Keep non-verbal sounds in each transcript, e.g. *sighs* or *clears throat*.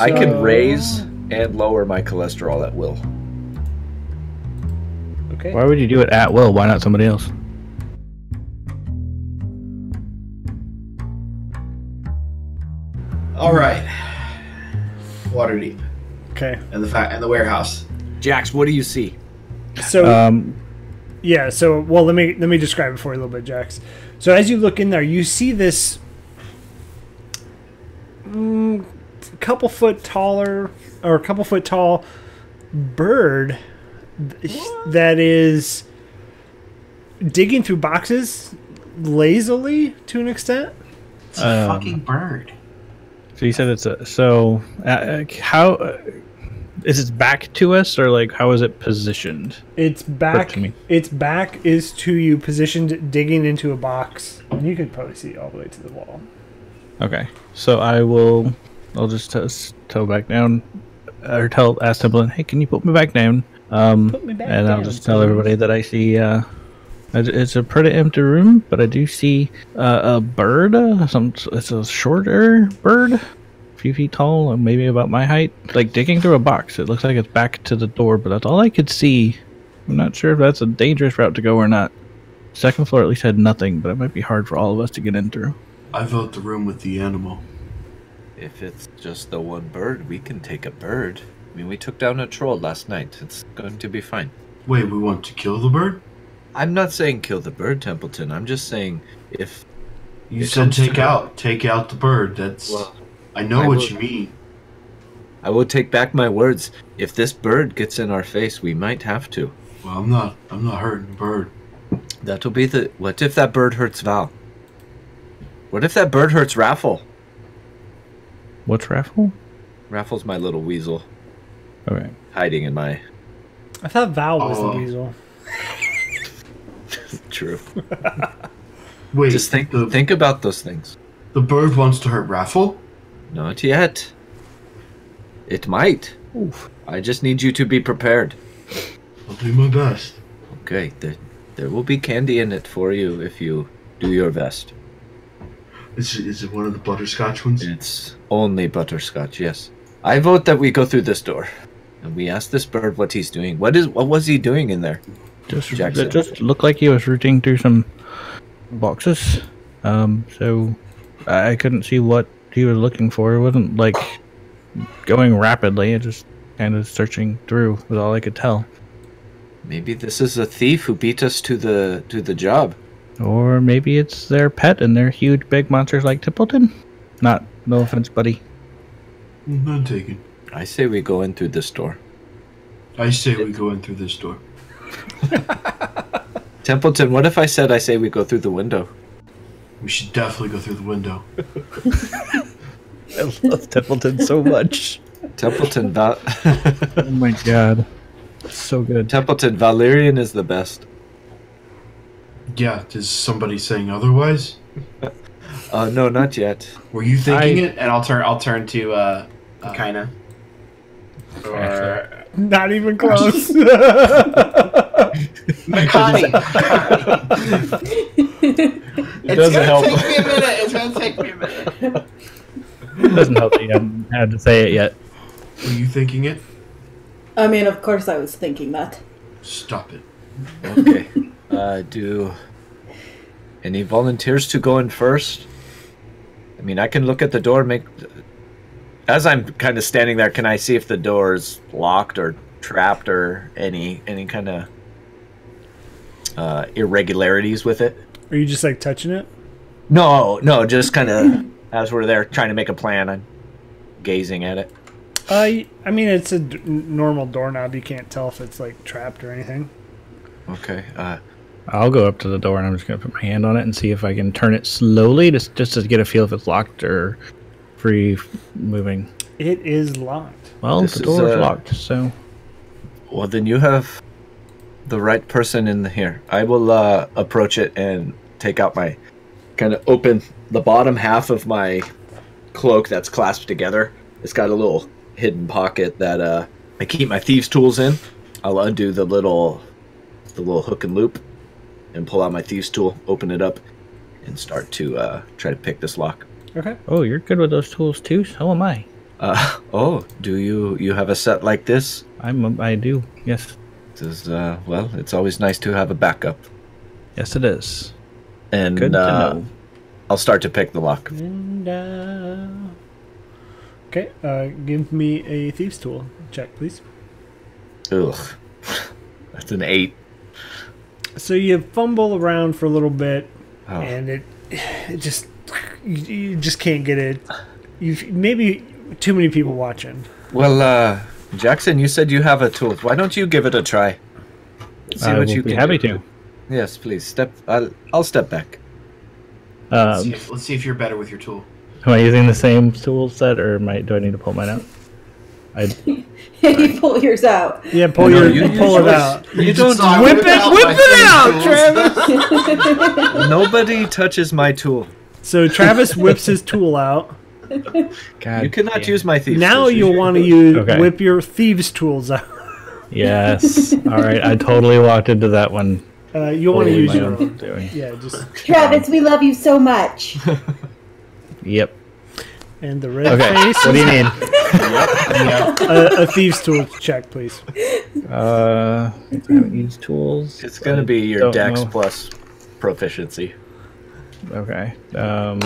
I can So- raise and lower my cholesterol at will. Okay. Why would you do it at will? Why not somebody else? All right. Waterdeep Okay. and the fa- and the warehouse. Jax, what do you see? So Um, yeah. So well, let me let me describe it for you a little bit, Jax. So as you look in there, you see this mm, couple foot taller or a couple foot tall bird th- that is digging through boxes lazily to an extent. It's a Um, fucking bird. so you said it's a so. Uh, uh, how uh, is its back to us, or like how is it positioned? Its back, to me. its back is to you, positioned digging into a box. And you can probably see all the way to the wall. Okay, so I will. I'll just t- s- toe back down, or tell ask Templin, hey, can you put me back down? Um, Put me back and I'll down, just tell everybody that I see. Uh, it- it's a pretty empty room, but I do see uh, a bird. Uh, some it's a shorter bird, a few feet tall, and maybe about my height, like digging through a box. It looks like it's back to the door, but that's all I could see. I'm not sure if that's a dangerous route to go or not. Second floor at least had nothing, but it might be hard for all of us to get in through. I vote the room with the animal. If it's just the one bird, we can take a bird. I mean, we took down a troll last night. It's going to be fine. Wait, we want to kill the bird? I'm not saying kill the bird, Templeton. I'm just saying if You It said comes to take me. out, take out the bird. That's. Well, I know I what will- you mean. I will take back my words. If this bird gets in our face, we might have to. Well, I'm not. I'm not hurting the bird. That'll be the. What if that bird hurts Val? What if that bird hurts Raffle? What's raffle? Raffle's my little weasel Okay. hiding in my. I thought Val was Oh. the weasel. True. Wait, Just think. the, Think about those things. the bird wants to hurt Raffle. Not yet. It might. I just need you to be prepared. I'll do my best. Okay, there, there will be candy in it for you if you do your best. Is it, is it one of the butterscotch ones? It's only butterscotch, yes. I vote that we go through this door. And we ask this bird what he's doing. What is what was he doing in there? Just Jackson. it just looked like he was rooting through some boxes. Um, so I I couldn't see what he was looking for. It wasn't like going rapidly. It just kind of searching through was all I could tell. Maybe this is a thief who beat us to the to the job. Or maybe it's their pet and they're huge, big monsters like Tippleton. Not no offense, buddy. Mm, None taken. I say we go in through this door. I say we go in through this door. Templeton, what if I said I say we go through the window? We should definitely go through the window. *laughs* I love Tippleton so much. Templeton Val- oh my god, so *laughs* good. Templeton Valerian is the best. Yeah, is somebody saying otherwise? Uh no, not yet. Were you thinking I- it? And I'll turn. I'll turn to uh, Kaina. *laughs* Or Not even *laughs* close. Makani. it's doesn't gonna help. take me a minute. It's gonna take me a minute. Doesn't help that you haven't had to say it yet. Were you thinking it? I mean, of course, I was thinking that. *laughs* Stop it. *laughs* Okay. uh, do any volunteers to go in first? I mean, I can look at the door. Make as I'm kind of standing there, can I see if the door is locked or trapped or any any kind of uh, irregularities with it? Are you just like touching it? No, no, just kind *clears throat* of as we're there trying to make a plan. I'm gazing at it. I I mean, it's a d- normal doorknob. You can't tell if it's like trapped or anything. Okay. Uh, I'll go up to the door and I'm just gonna put my hand on it and see if I can turn it slowly, just just to get a feel if it's locked or free f- moving. It is locked. Well, This the is, door is uh, locked, so Well, then you have the right person in here. I will uh, approach it and take out my kind of open the bottom half of my cloak that's clasped together. It's got a little hidden pocket that uh, I keep my thieves' tools in. I'll undo the little the little hook and loop and pull out my thieves' tool, open it up, and start to uh, try to pick this lock. Okay. oh, you're good with those tools too. So am I. Uh, oh, do you you have a set like this? I'm. I do. Yes. Says, uh, well, it's always nice to have a backup. Yes, it is. And Good uh, to know. I'll start to pick the lock. And, uh, okay, uh, give me a thieves' tool check, please. Ugh, *laughs* that's an eight. So you fumble around for a little bit, Oh, and it it just you, you just can't get it. You maybe too many people watching. Well, uh, Jackson, you said you have a tool. Why don't you give it a try? See I will be happy do. Yes, please. Step. I'll, I'll step back. to. Um, Let's, see if, let's see if you're better with your tool. Am I using the same tool set, or am I, do I need to pull mine out? I you pull yours out. Yeah, pull No, your you- you pull it just- out. You don't Whip it, whip it out, Travis. *laughs* Nobody touches my tool. So Travis whips his tool out. God, You cannot damn. use my thieves. Now tool. you'll want to use Okay. whip your thieves' tools out. *laughs* Yes. All right. I totally walked into that one. Uh, you'll want to totally use my your own own. doing. Yeah, just Travis, we love you *laughs* so much. Yep. and the red Okay. face. what do you need? a, a thieves' tool check, please. Uh, I haven't used tools. It's gonna be your Don't dex know. plus proficiency. *laughs* Okay. Um,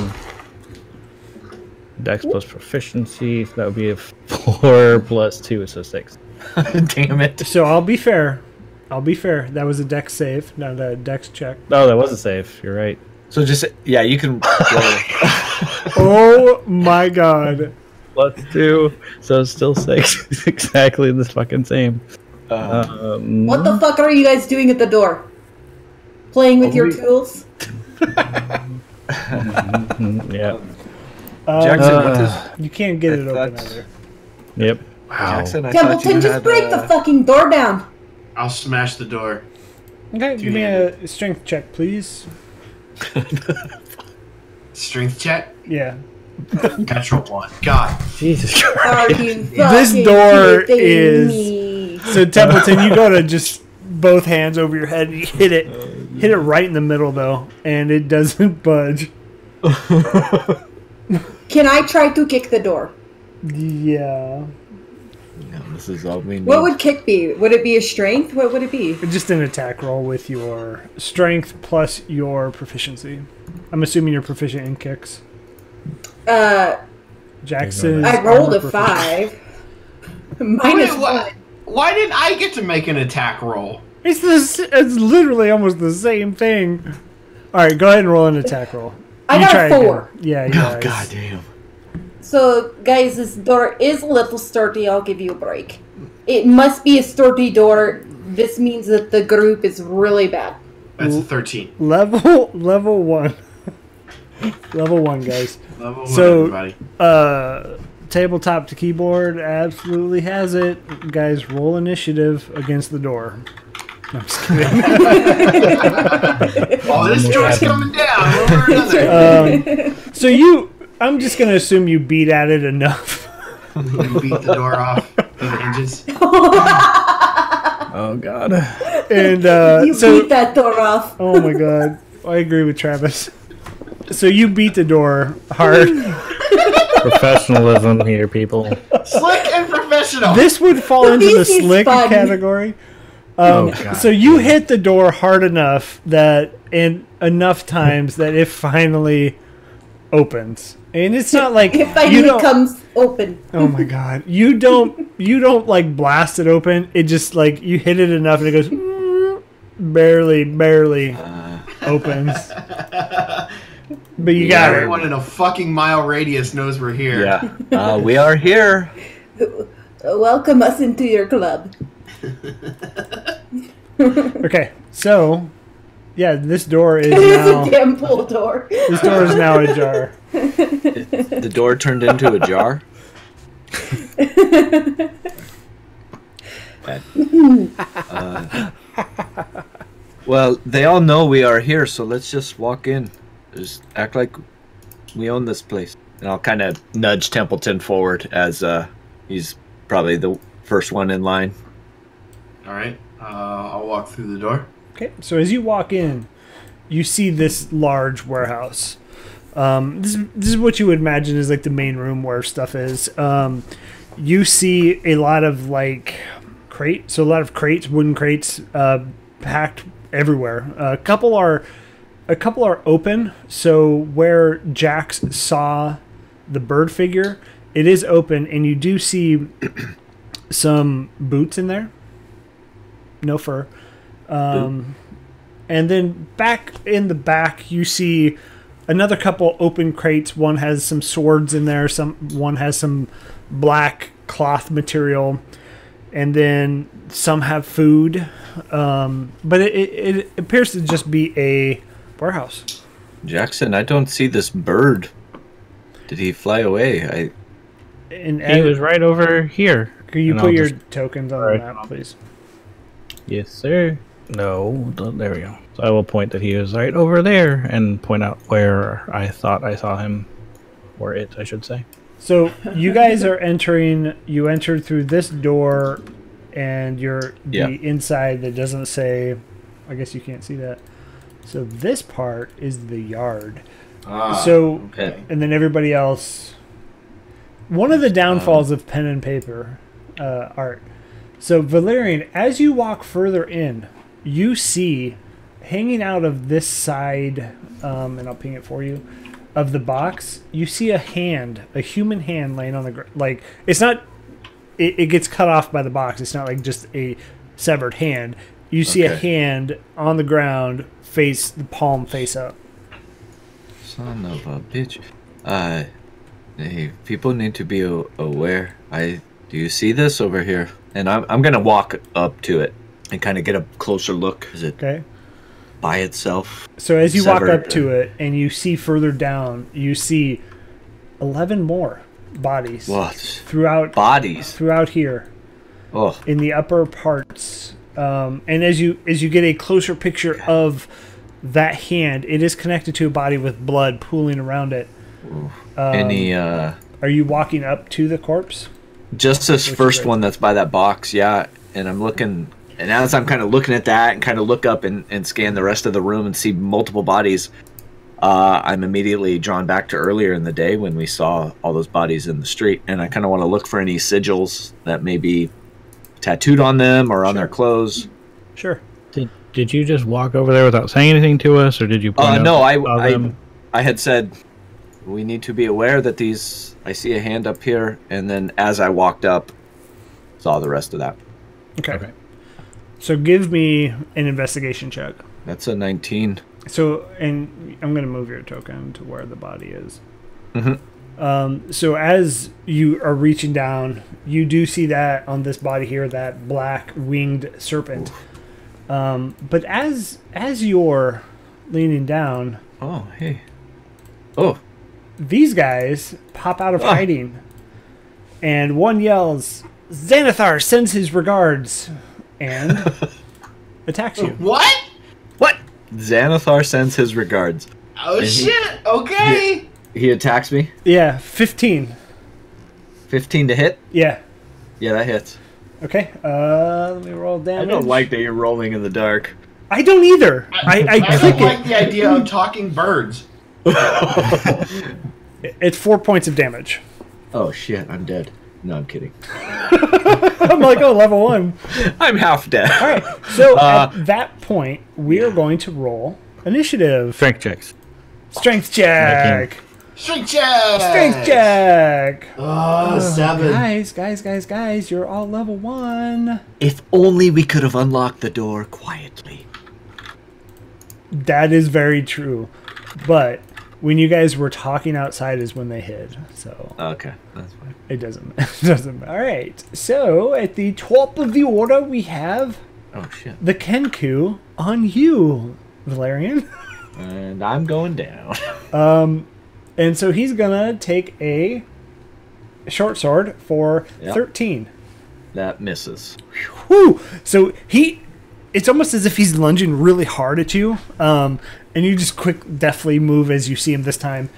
Dex plus proficiency. So that would be a four *laughs* plus two, so six. Damn it. So I'll be fair. I'll be fair. That was a dex save, not a dex *laughs* check. Oh, that was a save. You're right. So just yeah, you can. roll. Oh my god. Plus two, so it's still six. *laughs* It's exactly the fucking same. Uh, Um, What the fuck are you guys doing at the door? Playing Oh, with your Only- tools? mm, yeah. Uh, Jackson, what Uh, does you can't get it open that's- either. Yep. Jackson? I thought you Templeton, just had, break uh, the fucking door *laughs* down. I'll smash the door. Okay, give me hand. a strength check, please. Strength check. Yeah. Natural one. God. Jesus *laughs* Christ. Are you This fucking door kidding is- me? So Templeton, you go to just both hands over your head and you hit it. Hit it right in the middle though, and it doesn't *laughs* budge. Can I try to kick the door? Yeah. Yeah, this is all we need. What would kick be? Would it be a strength? What would it be? Just an attack roll with your strength plus your proficiency. I'm assuming you're proficient in kicks. Uh, Jackson. I rolled a *laughs* five. Wait, Minus one. why, why didn't I get to make an attack roll? It's this. It's literally almost the same thing. All right, go ahead and roll an attack roll. I You got try a again. four. Yeah. You Oh guys. god damn. So, guys, this door is a little sturdy. I'll give you a break. It must be a sturdy door. This means that the group is really bad. That's a 13. Level *laughs* level one. level one, guys. Level So- one, everybody. Uh, tabletop to keyboard absolutely has it. Guys, roll initiative against the door. No, I'm just kidding. Oh, this door's coming down. one *laughs* way or another. so you, I'm just gonna assume you beat at it enough. You beat the door off of the hinges. Oh God. *laughs* and uh, you so beat that door off. Oh my god. I agree with Travis. So you beat the door hard. Professionalism here, people. Um, Slick and professional. *laughs* This would fall into the This is slick fun. category. Oh, Um, so you hit the door hard enough that, and enough times that it finally opens. And it's not like It you finally don't. comes open. oh my god! You don't. You don't like blast it open. It just like you hit it enough and it goes "Mm, barely, barely opens. But you got it. Everyone in a fucking mile radius knows we're here. *laughs* Yeah. Uh, we are here. Oh. Welcome us into your club. *laughs* Okay, so yeah, *laughs* this door is It's a now damn pool door. this door is now ajar. The door turned into a *laughs* jar. Bad. Uh, well, they all know we are here, so let's just walk in. Just act like we own this place. And I'll kind of nudge Templeton forward as uh, he's probably the first one in line. All right. Uh, I'll walk through the door. Okay, so as you walk in, you see this large warehouse. Um, this, this is what you would imagine is like the main room where stuff is. Um, you see a lot of like crates, so a lot of crates, wooden crates, uh, packed everywhere. a couple are a couple are open, so where Jax saw the bird figure, it is open, and you do see *clears throat* some boots in there. No fur. Um, and then back in the back, you see another couple open crates. One has some swords in there. Some one has some black cloth material, and then some have food. Um, but it, it, it appears to just be a warehouse. Jackson, I don't see this bird. Did he fly away? I And He was right over here. Can you and put I'll your just- tokens on Alright. the map, please? Yes, sir. No, th- there we go. So I will point that he is right over there and point out where I thought I saw him, or it, I should say. So you guys are entering. You entered through this door, and you're the Yeah. inside that doesn't say. I guess you can't see that. So this part is the yard. Ah, so okay. and then everybody else. One of the downfalls of pen and paper uh, art. So Valerian, as you walk further in, you see hanging out of this side, um, and I'll ping it for you, of the box. You see a hand, a human hand, laying on the ground. Like it's not. It, it gets cut off by the box. It's not like just a severed hand. You see a Okay. hand on the ground, face the palm face up. Son of a bitch. Uh, hey, people need to be a- aware. I do you see this over here? And I'm I'm gonna walk up to it and kind of get a closer look. Is it Okay. by itself? So as you walk Severed. up to it and you see further down, you see eleven more bodies What throughout bodies? throughout here Oh, in the upper parts. Um, and as you as you get a closer picture of that hand, it is connected to a body with blood pooling around it. any uh, Are you walking up to the corpse? just this first right. one that's by that box, yeah. And I'm looking, and as I'm kind of looking at that and kind of look up and, and scan the rest of the room and see multiple bodies, uh, I'm immediately drawn back to earlier in the day when we saw all those bodies in the street. And I kind of want to look for any sigils that may be tattooed on them or on their clothes. Sure. Did, did you just walk over there without saying anything to us, or did you point Uh, out no, that I, you saw I, them? I had said we need to be aware that these. I see a hand up here, and then as I walked up, saw the rest of that. Okay. Okay. So give me an investigation check. That's a 19. So, and I'm going to move your token to where the body is. Mhm. Um, so, as you are reaching down, you do see that on this body here, that black winged serpent. Um, but as as you're leaning down, Oh, hey. Oh, these guys pop out Ah. of hiding, and one yells, "Xanathar sends his regards," *laughs* and attacks Oh, you. what? what? Xanathar sends his regards. Oh shit! Okay. He attacks me. Yeah, fifteen. 15 to hit. Yeah. Yeah, that hits. Okay. Uh, let me roll I damage. don't like that you're rolling in the dark. I don't either. I, I, I click don't like the idea of talking birds. it. It's four points of damage. *laughs* Oh, shit, I'm dead. No, I'm kidding. I'm like, oh, level one. *laughs* I'm half dead. All right. So at that point, we are going to roll initiative. Strength checks. Strength check. Strength check. Strength check. Oh, seven. Guys, guys, guys, guys, you're all level one. *laughs* If only we could have unlocked the door quietly. That is very true. But when you guys were talking outside is when they hid. So Okay, that's fine. it doesn't *laughs* it doesn't matter. All right. So at the top of the order, we have Oh, shit. the Kenku on you, Valerian. *laughs* And I'm going down. *laughs* And so he's gonna take a short sword for Yeah. thirteen. that misses. Whew! So he, it's almost as if he's lunging really hard at you, um, and you just quick, deftly move as you see him this time.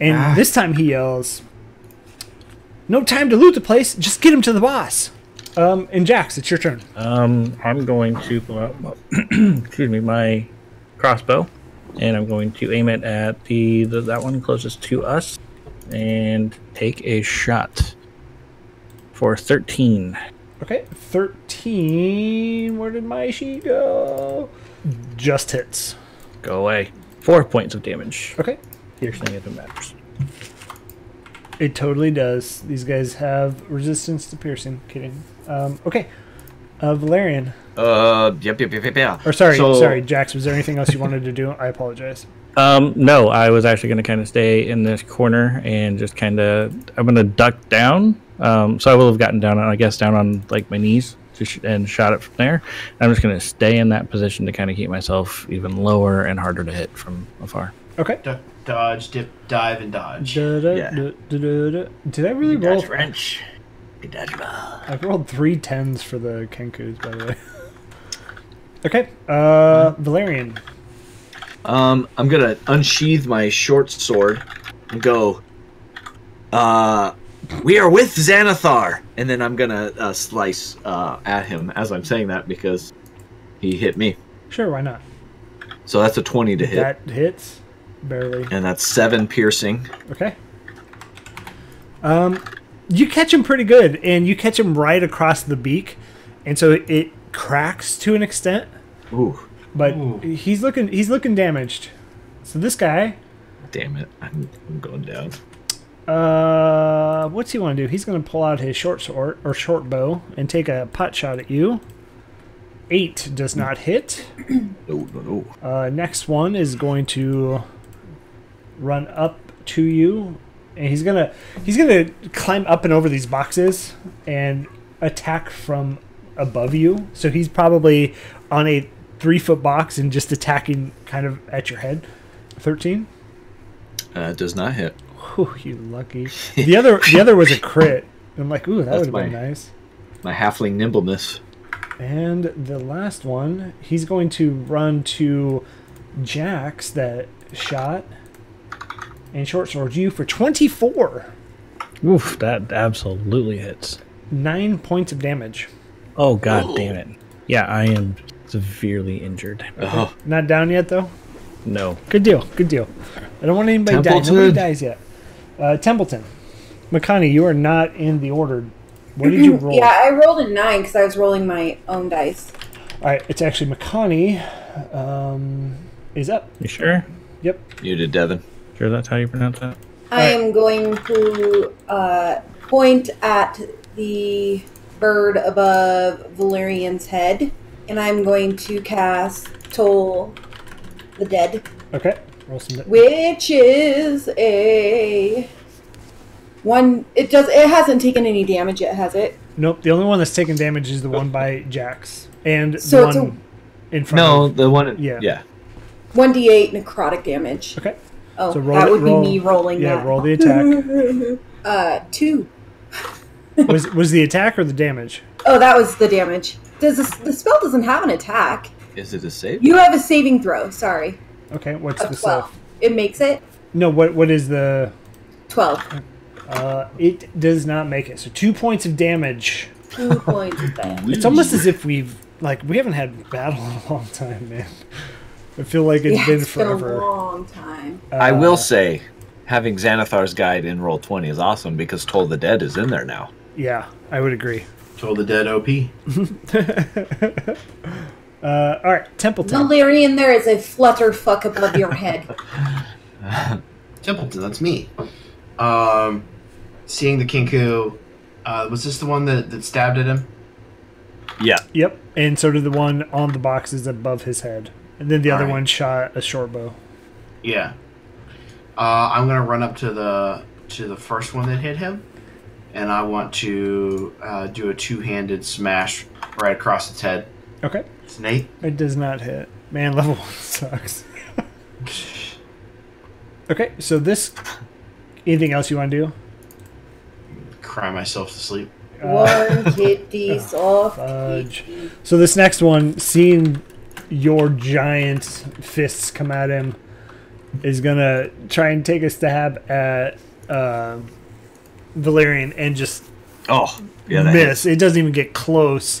And this time he yells, "No time to loot the place. Just get him to the boss." Um, and Jax, it's your turn. *clears throat* Um, I'm going to pull out, my- excuse me, my crossbow and I'm going to aim it at the, the that one closest to us, and take a shot for 13. Okay, 13. Where did my she go? Just hits. Go away. Four points of damage. Okay. Piercing if it matters. It totally does. These guys have resistance to piercing. Kidding. Um, okay. Uh, Valerian. Uh, yep, yep, yep, yep, yeah. Or sorry, So- sorry, Jax. Was there anything else you wanted to do? I apologize. Um, no, I was actually going to kind of stay in this corner and just kind of. I'm going to duck down. Um, so I will have gotten down, on, I guess, down on like my knees to sh- and shot it from there. I'm just going to stay in that position to kind of keep myself even lower and harder to hit from afar. Okay. Duck, dodge, dip, dive, and dodge. Da, da, Yeah. da, da, da, da. Did I really roll? wrench. Good dodge roll. I've rolled three tens for the Kenkus, by the way. *laughs* okay. Uh, Hmm. Valerian. Um, I'm gonna unsheath my short sword and go. Uh, we are with Xanathar, and then I'm gonna uh, slice uh, at him as I'm saying that because he hit me. Sure, why not? So that's a twenty to hit, That hits. Barely. and that's seven piercing. Okay. Um, you catch him pretty good, and you catch him right across the beak, and so it cracks to an extent. Ooh, But Ooh. he's looking he's looking damaged. So this guy, damn it! I'm, I'm going down. uh, what's he want to do? He's going to pull out his short sword or short bow and take a pot shot at you. Eight does not hit. No, no, no. Uh, next one is going to run up to you, and he's gonna he's gonna climb up and over these boxes and attack from above you. So he's probably on a three foot box and just attacking kind of at your head. Thirteen. Uh, does not hit. Whew, you lucky. The other the other was a crit. I'm like, ooh, that That's would have been my- nice. My halfling nimbleness. And the last one, he's going to run to Jax that shot and short sword you for 24. Oof, that absolutely hits. Nine points of damage. Oh, god damn it. Yeah, I am severely injured. Oh, Not down yet, though? No. Good deal. Good deal. I don't want anybody dying. Nobody Templeton. dies yet. Uh, Templeton. Makani, you are not in the order. What did you roll? Yeah, I rolled a nine because I was rolling my own dice. All right, it's actually Makani um, is up. You sure? Yep. muted Devin. Sure that's how you pronounce that? I am going to uh, point at the bird above Valerian's head, and I'm going to cast Toll the Dead, Okay. Roll some. which is a one. It does. It hasn't taken any damage yet, has it? Nope. The only one that's taken damage is the one by Jax and So it's the one in front. No, Of. the one. Uh-huh. Yeah. Yeah. One d eight necrotic damage. Okay. Oh, So roll that it- would roll- be me rolling Yeah. that. Roll the attack. *laughs* uh, two. was was the attack or the damage? Oh, that was the damage. Does this, the spell doesn't have an attack? Is it a save? You have a saving throw. Sorry, Okay. What's of the twelve. stuff? It makes it No. What what is the? twelve. *laughs* Uh, it does not make it. So two points of damage. Two points of damage. It's almost as if we've like we haven't had battle *laughs* in a long time, man. I feel like it's yeah, been it's been a forever. long time. I Uh, will say, having Xanathar's guide in roll twenty is awesome because Toll the Dead is in there now. Yeah, I would agree. Told the dead OP. Uh, all right, Templeton. Valerian, there is a flutter fuck above *laughs* your head. Templeton, that's me. Um, seeing the Kinku. Uh, was this the one that, that stabbed at him? Yeah. Yep, and so did the one on the boxes above his head, and then the other All right. one shot a short bow. Yeah. Uh, I'm gonna run up to the to the first one that hit him, and I want to uh, do a two-handed smash right across its head. Okay. It's an eight. It does not hit. Man, *laughs* level one sucks. okay, so this. Anything else you want to do? Cry myself to sleep. Uh, One kitty soft fudge. kitty. So this next one, seeing your giant fists come at him, is gonna try and take a stab at uh, Valerian and just Oh. Yeah. that miss. It doesn't even get close.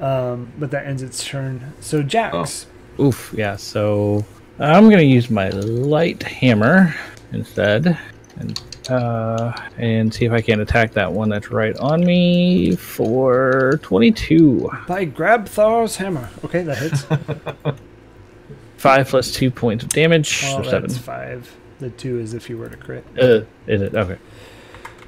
Oh. Um, but that ends its turn. So Jax. Oof, yeah. So I'm gonna use my light hammer instead, and uh, and see if I can attack that one that's right on me for 22. By grab Thor's hammer. Okay, that *laughs* hits. Five plus two points of damage, Oh, so seven. that's five. The two is if you were to crit. Uh, is it okay?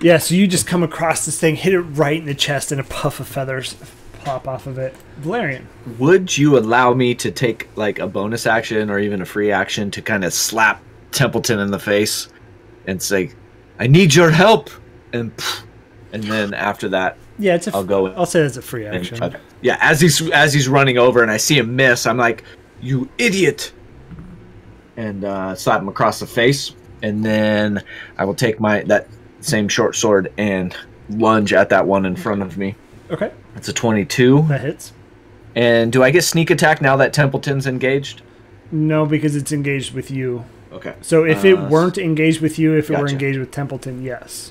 Yeah, so you just come across this thing, hit it right in the chest, and a puff of feathers pop off of it. Valerian. Would you allow me to take like a bonus action or even a free action to kind of slap Templeton in the face and say, "I need your help," and pff, and then after that, Yeah, it's a. I'll go in. I'll say that's a free and action. try to- yeah, as he's as he's running over and I see him miss, I'm like, "You idiot!" and uh, slap him across the face, and then I will take my that same short sword and lunge at that one in front of me. Okay, It's a 22. that hits. And do I get sneak attack now that Templeton's engaged? No, because it's engaged with you. Okay. So if it Uh, weren't engaged with you, if it were Gotcha. engaged with Templeton, yes.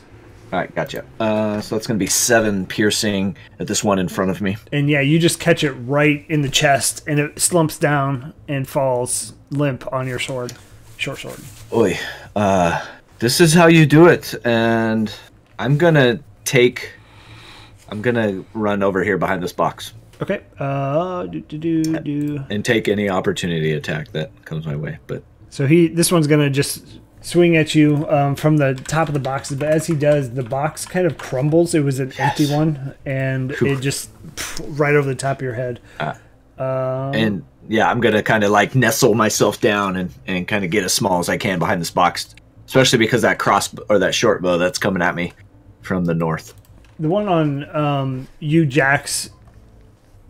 All right, gotcha. Uh, so that's going to be seven piercing at this one in front of me. And yeah, you just catch it right in the chest, and it slumps down and falls limp on your sword, short sword. Oi, uh, this is how you do it. And I'm going to take. I'm going to run over here behind this box Okay. Uh, do do do do. and take any opportunity attack that comes my way. But So he, this one's gonna just swing at you um, from the top of the box. But as he does, the box kind of crumbles. It was an empty one, and it just pff, right over the top of your head. and yeah, I'm gonna kind of like nestle myself down and and kind of get as small as I can behind this box, especially because that cross or that short bow that's coming at me from the north. The one on um, you, Jax.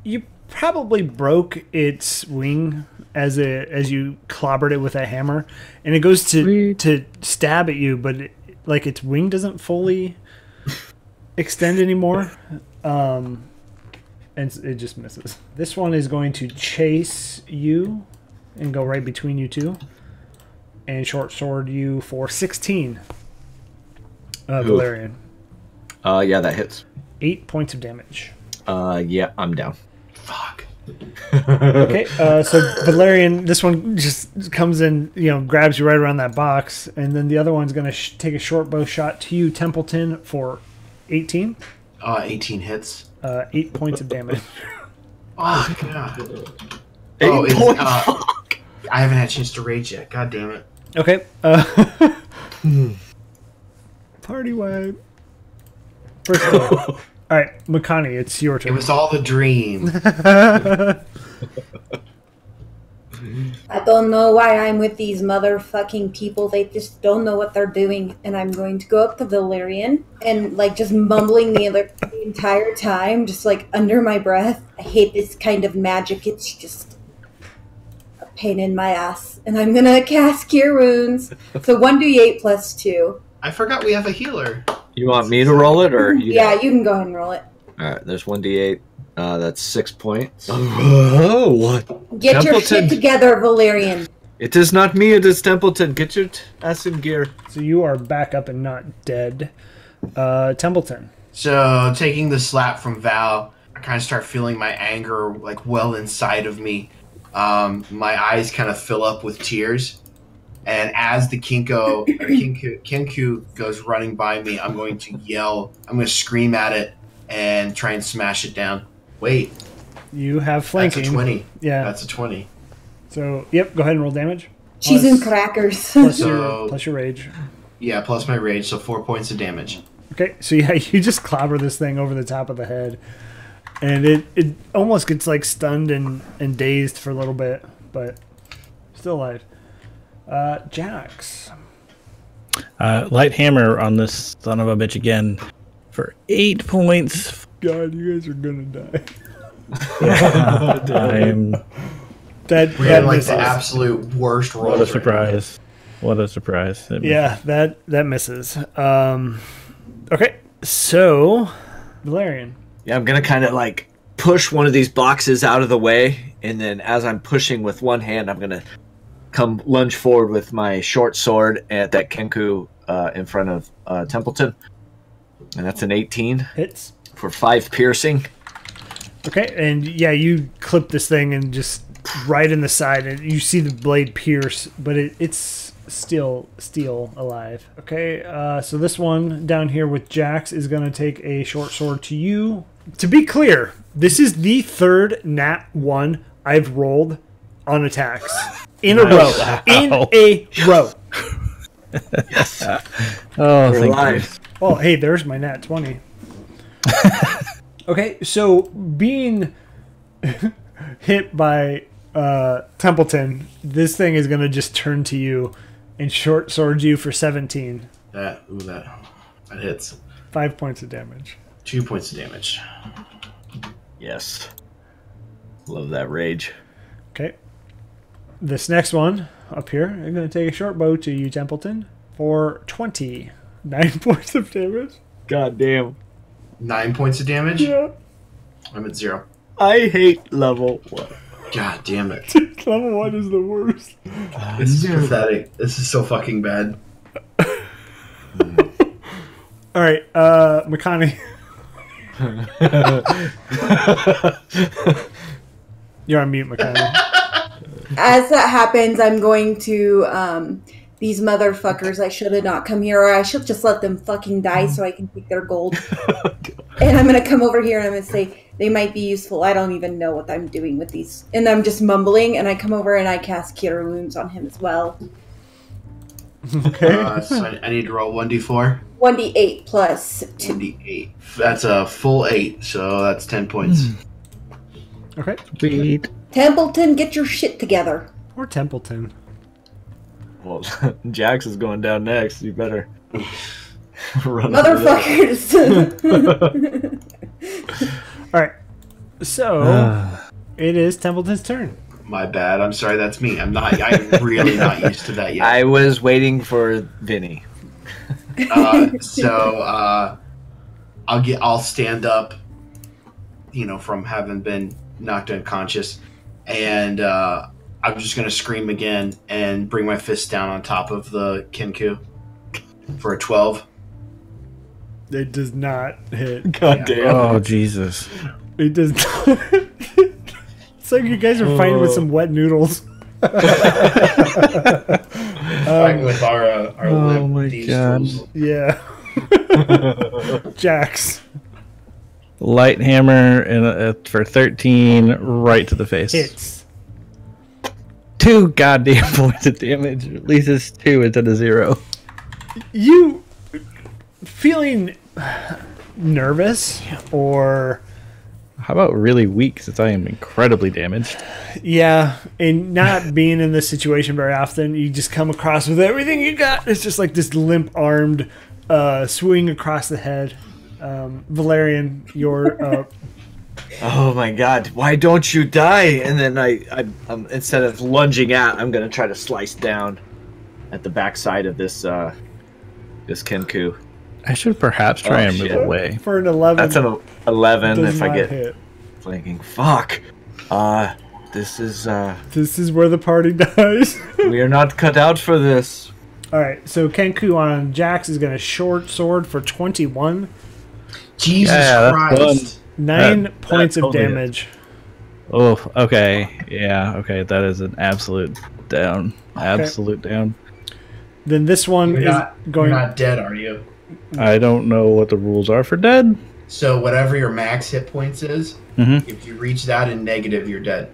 You probably broke its wing as a as you clobbered it with a hammer, and it goes to Sweet. to stab at you, but it, like its wing doesn't fully extend anymore, um, and s- it just misses. This one is going to chase you and go right between you two, and short sword you for sixteen. Uh, Valerian, Uh, yeah, that hits. eight points of damage. Uh, yeah, I'm down. Okay, uh, so Valerian, this one just comes in, you know, grabs you right around that box, and then the other one's going to sh- take a short bow shot to you, Templeton, for 18, Uh, 18 hits. uh, eight points of damage. Oh, God. Eight Oh, it's, points. uh, I haven't had a chance to rage yet. God damn it. *laughs* Okay, uh, *laughs* party wide. First of all, *laughs* all right, Makani, it's your It turn. was all the dream. I don't know why I'm with these motherfucking people. They just don't know what they're doing. And I'm going to go up to Valerian and, like, just mumbling the, other, the entire time, just like under my breath. I hate this kind of magic. It's just a pain in my ass. And I'm going to *laughs* cast Cure Wounds. So 1d8 plus 2. I forgot we have a healer. you want me to roll it *laughs* or you Yeah, you can go ahead and roll it. All right, there's one d8. Uh, that's six points. Oh, what? Get your Templeton. shit together, Valerian. It is not me. It is Templeton. Get your t- ass in gear. *laughs* So you are back up and not dead. Uh, Templeton. So, taking the slap from Val, I kind of start feeling my anger like well inside of me. Um, my eyes kind of fill up with tears. And as *clears throat* the Kinko, or Kinku, Kinku goes running by me, I'm going to yell, I'm going to scream at it and try and smash it down. Wait, You have that's flanking. a 20. Yeah. That's a 20. so, yep, go ahead and roll damage. Cheese and Plus- crackers. Plus, your, So- plus your rage. Yeah, plus my rage, so four points of damage. Okay, so yeah, *laughs* you just clobber this thing over the top of the head, and it, it almost gets like stunned and, and dazed for a little bit, but still alive. Uh, Jax, Uh, light hammer on this son of a bitch again for eight points. God, you guys are gonna die. I'm *laughs* That, We had that like misses. the absolute worst roll. what a surprise! What a surprise! It- yeah, that that misses. Um, okay, so Valerian, Yeah, I'm gonna kind of like push one of these boxes out of the way, and then as I'm pushing with one hand, I'm gonna come lunge forward with my short sword at that Kenku uh, in front of uh, Templeton, and that's an 18 hits. for five piercing. Okay, and yeah, you clip this thing and just right in the side, and you see the blade pierce, but it, it's still still alive. Okay, uh, so this one down here with Jax is going to take a short sword to you. To be clear, this is the third nat one I've rolled on attacks in a row. In a row. We're Oh, thank you. alive. Well, Oh, hey, there's my nat 20. okay, so being *laughs* hit by uh, Templeton, this thing is going to just turn to you and short sword you for 17. That ooh that that hits. Five points of damage. Two points of damage. Yes. Love that rage. Okay. This next one up here, I'm going to take a short bow to you, Templeton, for 20. *laughs* Nine points of damage. God damn. Nine points of damage. Yeah. I'm at zero. I hate level one. God damn it. Level one is the worst. This is pathetic. This is so fucking *laughs* bad. All right, uh, Makani, you're on mute, Makani. As that happens, I'm going to um, these motherfuckers. I should have not come here, or I should just let them fucking die so I can take their gold. and I'm gonna come over here and I'm gonna say they might be useful. I don't even know what I'm doing with these. And I'm just mumbling. And I come over and I cast Cure Wounds on him as well. Okay. Uh, so I, I need to roll 1d4. One d eight plus two. 1d8. That's a full 8, so that's 10 points. Okay. Sweet. Templeton, get your shit together. Or Templeton. Well, *laughs* Jax is going down next. You better run. over there. *laughs* Motherfuckers. All right. So Uh. Ah. it is Templeton's turn. My bad. I'm sorry. That's me. I'm not. I'm really *laughs* not used to that yet. I was waiting for Vinny. Uh, so uh, I'll get. I'll stand up. You know, from having been knocked unconscious, and uh, I'm just gonna scream again and bring my fist down on top of the kinku for a 12. It does not hit. God damn. Oh, Jesus. It does not. *laughs* it's like you guys are fighting with some wet noodles. Fighting with our uh, our oh limp, my these God. fools. Yeah. Jax Light hammer and uh, for 13 right to the face. hits. Two goddamn *laughs* points of damage. At least it's two instead of zero. you feeling nervous or How about really weak since I am incredibly damaged? yeah and not being in this situation very often you just come across with everything you got it's just like this limp armed uh swing across the head um valerian your *laughs* uh Oh my god, why don't you die? And then I, I um, instead of lunging out, I'm gonna try to slice down at the backside of this, uh, this Kenku. I should perhaps try Oh, and move shit. away. for an 11 That's an 11 does if I not get hit. flanking. Fuck! Uh, this is, uh, this is where the party *laughs* dies we are not cut out for this. all right so kenku on jax is gonna short sword for 21 Jesus Yeah, that's Christ! nine That- that points of totally damage Oh, okay. Yeah, okay. That is an absolute down. Absolute down. then this one You're is not, going you're not dead, are you? I don't know what the rules are for dead. So whatever your max hit points is, Mhm. if you reach that in negative, you're dead.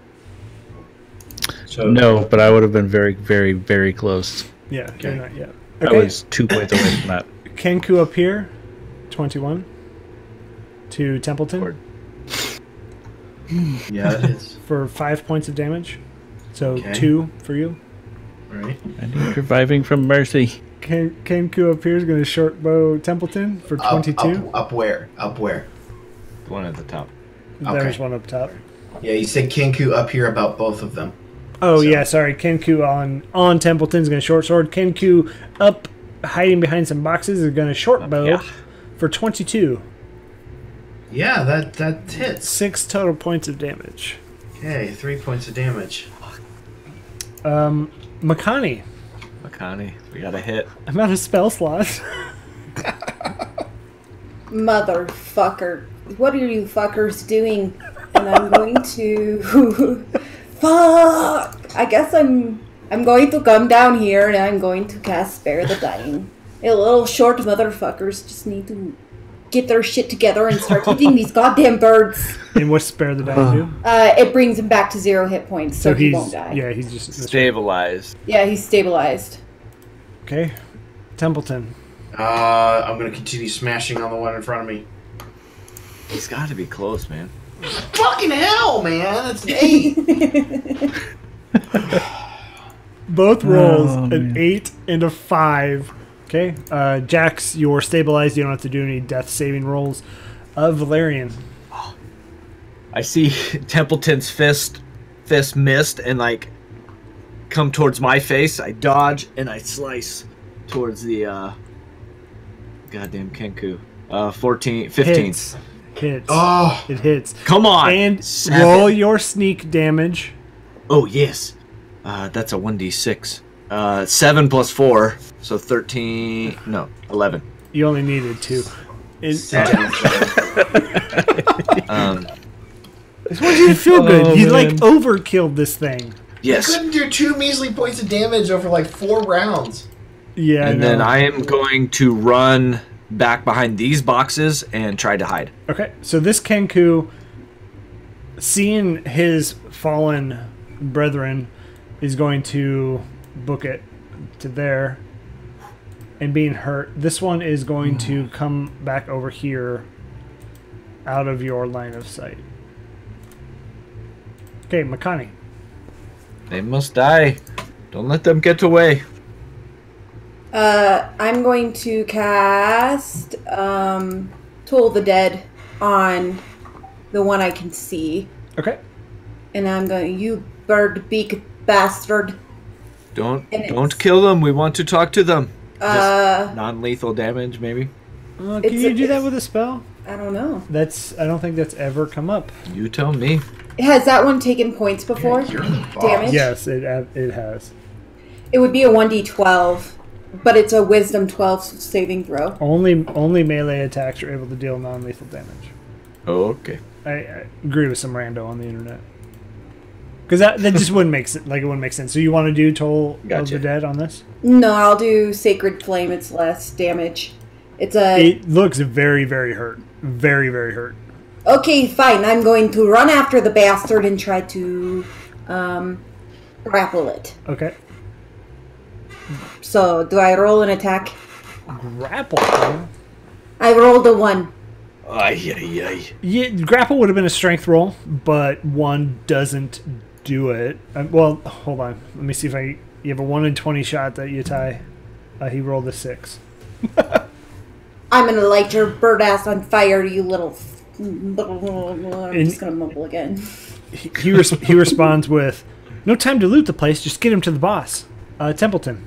So No, but I would have been very, very, very close. yeah you're not yet I was two points away from that. Kenku up here, 21. To Templeton Word. yeah, that is for five points of damage. So Okay. two for you. right. *laughs* I need reviving from mercy. Ken- Kenku up here is going to short bow Templeton for Up- 22. Up, up where? Up where? The one at the top. There's okay. one up top. Yeah, you said Kinku up here about both of them. Oh, yeah, sorry. Kenku on, on Templeton is going to short sword. Kenku up, hiding behind some boxes, is going to short bow yeah. for 22. Yeah, that that hits. Six total points of damage. Okay, three points of damage. Um, Makani, Makani, we got a hit. I'm out of spell *laughs* slots. Motherfucker. What are you fuckers doing? And I'm going to *laughs* Fuck! I guess I'm I'm going to come down here and I'm going to cast Spare the Dying. You little short motherfuckers just need to get their shit together and start *laughs* eating these goddamn birds. And what's spare the dying do? Uh-huh. Uh, it brings him back to zero hit points, so, So he he's won't die. yeah, he's just Stabilize. Yeah, he's stabilized. okay. Templeton, Uh, I'm gonna continue smashing on the one in front of me. He's got to be close, man. Fucking hell, man! That's an eight. both rolls Oh, an man. eight and a five. Okay, uh, Jax, you're stabilized. You don't have to do any death saving rolls. Uh, Valerian, I see *laughs* Templeton's fist, fist missed, and like come towards my face. I dodge and I slice towards the uh, goddamn Kenku. Uh, 14, 15. hits, hits, oh, it hits, Come on! and Seven. roll your sneak damage. Oh, yes. Uh, that's a 1d6. Uh, 7 plus 4, so 13. No, 11. You only needed two. It, seven. Um, Why did it feel good? Oh, you man. like overkilled this thing. yes. Couldn't do two measly points of damage over like *clears throat* four rounds. Yeah, And no. then I am going to run back behind these boxes and try to hide. Okay, so this Kenku, seeing his fallen brethren, is going to book it to there. And being hurt, this one is going to come back over here out of your line of sight. Okay, Makani. They must die. Don't let them get away. Uh, I'm going to cast um, Toll the Dead on the one I can see, Okay. and I'm going you bird beak bastard. Don't And don't it's- kill them. We want to talk to them. Uh, Non-lethal damage, maybe. Uh, It's can you a- do that it's- with a spell? I don't know. That's I don't think that's ever come up. You tell me. Has that one taken points before? You're the boss. Damage. Yes, it it has. It would be a one d twelve, but it's a Wisdom twelve saving throw. Only only melee attacks are able to deal non-lethal damage. Okay. I, I agree with some rando on the internet because that, that just wouldn't make sense. Like it wouldn't make sense. So you want to do Toll of Gotcha. the Dead on this? No, I'll do Sacred Flame. It's less damage. It's a It looks very very hurt, very very hurt. okay. Fine. I'm going to run after the bastard and try to um, grapple it. Okay, So, do I roll an attack? grapple. huh? I rolled a one. Ay ay ay. Yeah, grapple would have been a strength roll, but one doesn't do it. Um, well, hold on. Let me see if I. You have a one in twenty shot that you tie. Uh, he rolled a six. I'm gonna light your bird ass on fire, you little. f- I'm just gonna mumble again. He he, res- he responds with, "No time to loot the place. Just get him to the boss, uh, Templeton."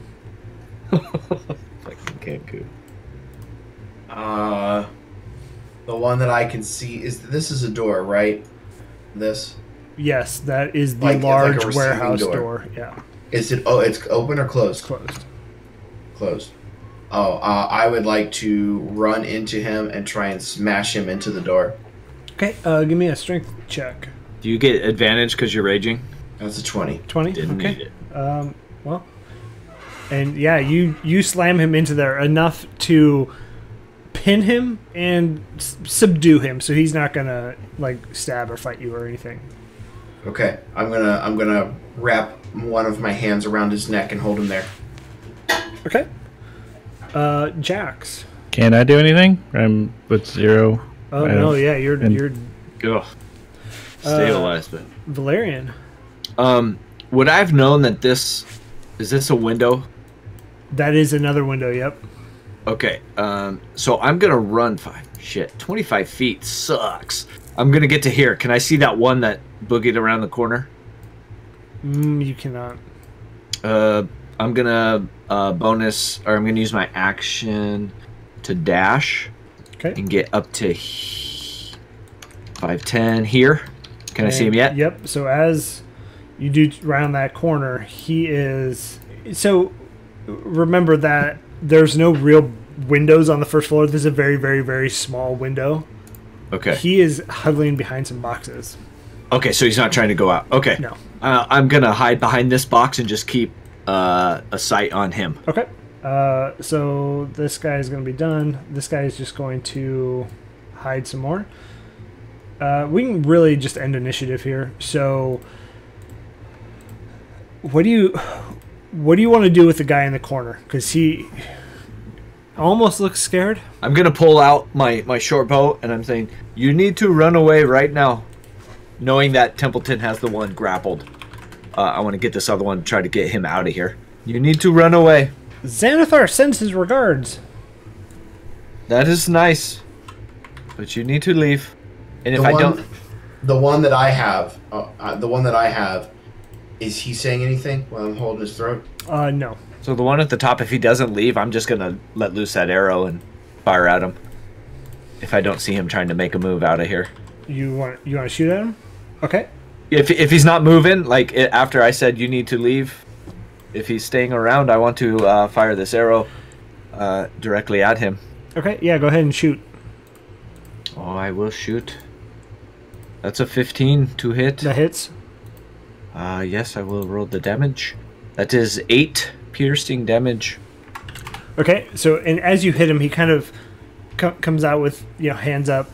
Fucking Cancun. Uh, the one that I can see is this is a door, right? This Yes, that is the Like- it's like a large receiving warehouse door. door. Yeah, is it. Oh, it's open or closed? closed. Closed. Oh, uh, I would like to run into him and try and smash him into the door. Okay, uh, give me a strength check. Do you get advantage because you're raging? That's a twenty. Twenty. Didn't okay. need it. Um, well, and yeah, you you slam him into there enough to pin him and s- subdue him, so he's not gonna like stab or fight you or anything. Okay, I'm gonna I'm gonna wrap one of my hands around his neck and hold him there. Okay. Uh, Jax. Can I do anything? I'm with zero. Oh I no, don't- yeah, you're and- you're Ugh. Stabilized, Valerian. but um, would I have known that this is this a window? That is another window. Yep. Okay, um, so I'm gonna run five. Shit, 25 feet sucks. I'm gonna get to here. Can I see that one that boogied around the corner? Mm, you cannot. Uh, I'm gonna uh, bonus, or I'm gonna use my action to dash Okay. and get up to he- 510 here. Can I see him And- yet? Yep. So as you do round that corner, he is. So remember that there's no real windows on the first floor. This is a very, very, very small window. Okay. He is huddling behind some boxes. Okay, so he's not trying to go out. Okay. No. Uh, I'm gonna hide behind this box and just keep uh, a sight on him. Okay. Uh, so this guy is going to be done. This guy is just going to hide some more. Uh, we can really just end initiative here. So, what do you, what do you want to do with the guy in the corner? Because he almost looks scared. I'm gonna pull out my my short bow and I'm saying, "You need to run away right now," knowing that Templeton has the one grappled. Uh, I want to get this other one, try to get him out of here. You need to run away. Xanathar sends his regards. That is nice, but you need to leave. And if The I one- don't, The one that I have, uh, uh, the one that I have, is he saying anything while I'm holding his throat? Uh, no. so the one at the top, if he doesn't leave, I'm just gonna let loose that arrow and fire at him. If I don't see him trying to make a move out of here. You want you want to shoot at him? Okay. if if he's not moving, like i after I said you need to leave, if he's staying around, I want to uh, fire this arrow uh, directly at him. Okay. Yeah. Go ahead and shoot. Oh, I will shoot. That's a 15 to hit. That hits. Uh, yes, I will roll the damage. That is eight piercing damage. Okay. So and as you hit him, he kind of co- comes out with you know hands up.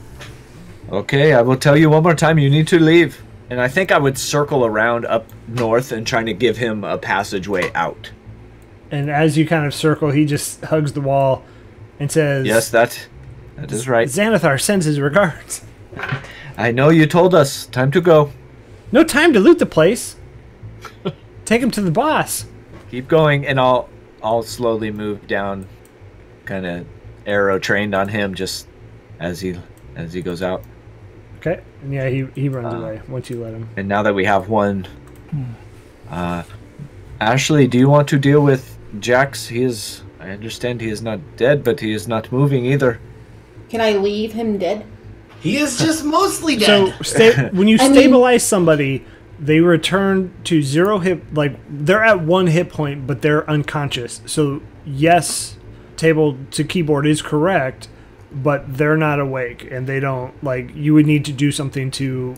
Okay, I will tell you one more time. You need to leave. And I think I would circle around up north and trying to give him a passageway out. And as you kind of circle, he just hugs the wall and says, Yes, that that is right. Xanathar sends his regards. I know you told us. Time to go. No time to loot the place. Take him to the boss. keep going and i'll i'll slowly move down kind of arrow trained on him just as he as he goes out Okay. And yeah, he, he runs away once you let him. and now that we have one uh ashley do you want to deal with jax he is i understand he is not dead but he is not moving either Can I leave him dead? He is just mostly So dead. *laughs* sta- when you I mean- stabilize somebody, they return to zero hit. Like they're at one hit point, but they're unconscious. So yes, table to keyboard is correct, but they're not awake and they don't like. You would need to do something to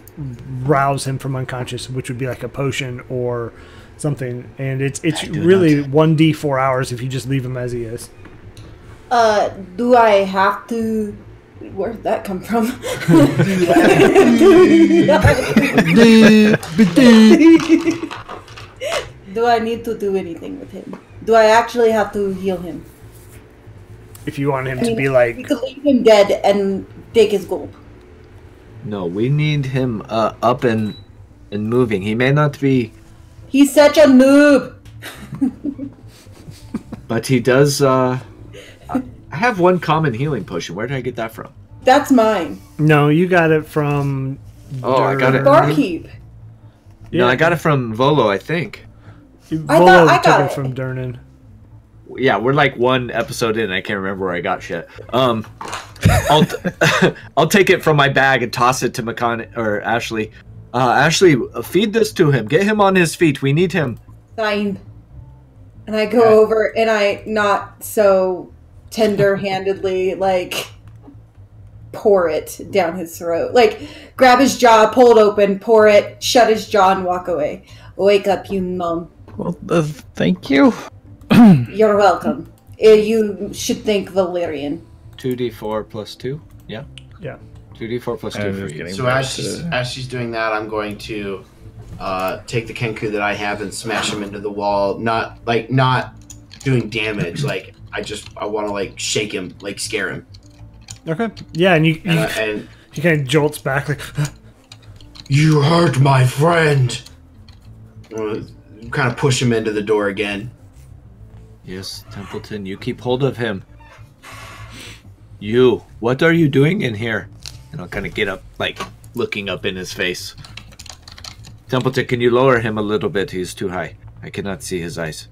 rouse him from unconscious, which would be like a potion or something. And it's it's do really one d four hours if you just leave him as he is. Uh, do I have to? Where'd that come from? *laughs* do I need to do anything with him? Do I actually have to heal him? If you want him I to mean, be like we could leave him dead and take his gold. no we need him uh, up and and moving he may not be He's such a noob. but he does uh I- i have one common healing potion where did i get that from That's mine. no, you got it from. oh i got it Barkeep. no i got it from volo i think I Volo thought I took got it it. from Dernan. yeah, we're like one episode in. I can't remember where I got shit. Um, I'll *laughs* I'll take it from my bag and toss it to McCon or Ashley. Uh, Ashley, uh, feed this to him. Get him on his feet. We need him. Signed. And I go over and I not so tender handedly like pour it down his throat. Like grab his jaw, pull it open, pour it, shut his jaw and walk away. Wake up, you mum. Well, uh, thank you. You're welcome. Eh, You should thank Valerian. Two D four plus two. Yeah. Yeah. Two D four plus two I'm for just you. kidding. So as she's as she's doing that, I'm going to uh, take the kenku that I have and smash him into the wall. Not like not doing damage. Like I just I want to like shake him, like scare him, Okay. Yeah, and you you, and, I- and he kind of jolts back like you hurt my friend. Kind of push him into the door again. Yes, Templeton, you keep hold of him. You, what are you doing in here? And I'll kind of get up, like looking up in his face. Templeton, can you lower him a little bit? He's too high. I cannot see his eyes.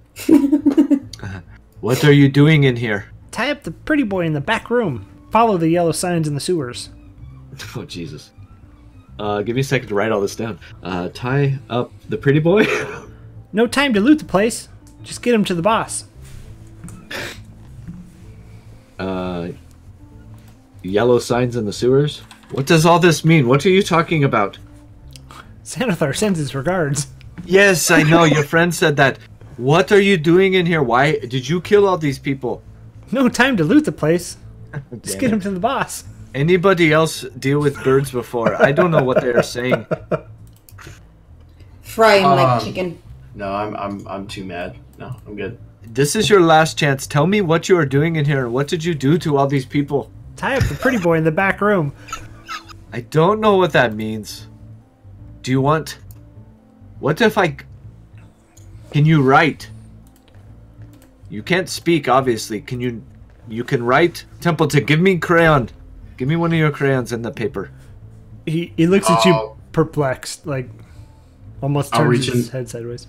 what are you doing in here? *laughs* tie up the pretty boy in the back room. Follow the yellow signs in the sewers. Oh, Jesus. Uh, give me a second to write all this down. Uh, tie up the pretty boy. *laughs* No time to loot the place. Just get him to the boss. *laughs* uh, yellow signs in the sewers. What does all this mean? What are you talking about? Xanathar sends his regards. Yes, I know. Your friend said that. What are you doing in here? Why did you kill all these people? No time to loot the place. Just Damn get it. him to the boss. Anybody else deal with birds before? I don't know what they are saying. Fry him like Um, chicken. No, I'm I'm I'm too mad. No, I'm good. This is your last chance. Tell me what you are doing in here. What did you do to all these people? Tie up the pretty boy in the back room. I don't know what that means. Do you want. What if I. Can you write? You can't speak, obviously. Can you. You can write? Templeton, give me crayon. Give me one of your crayons and the paper. He he looks at you Oh. perplexed, like almost I'll turns reach his in. head sideways.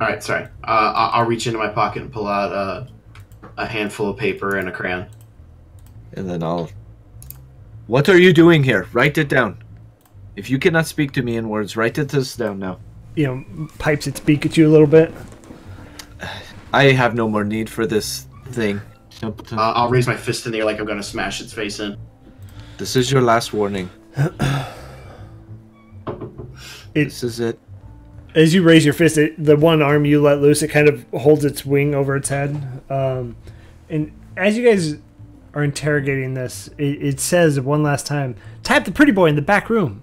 All right, sorry. Uh, I- I'll reach into my pocket and pull out uh, a handful of paper and a crayon. And then I'll. What are you doing here? Write it down. If you cannot speak to me in words, write it this down now. You know, pipes its beak at you a little bit. I have no more need for this thing. Templeton, Uh, I'll raise my fist in the air like I'm gonna smash its face in. this is your last warning. It This is it. as you raise your fist, it, the one arm you let loose, it kind of holds its wing over its head. Um, and as you guys are interrogating this, it, it says one last time, "Tie up the pretty boy in the back room."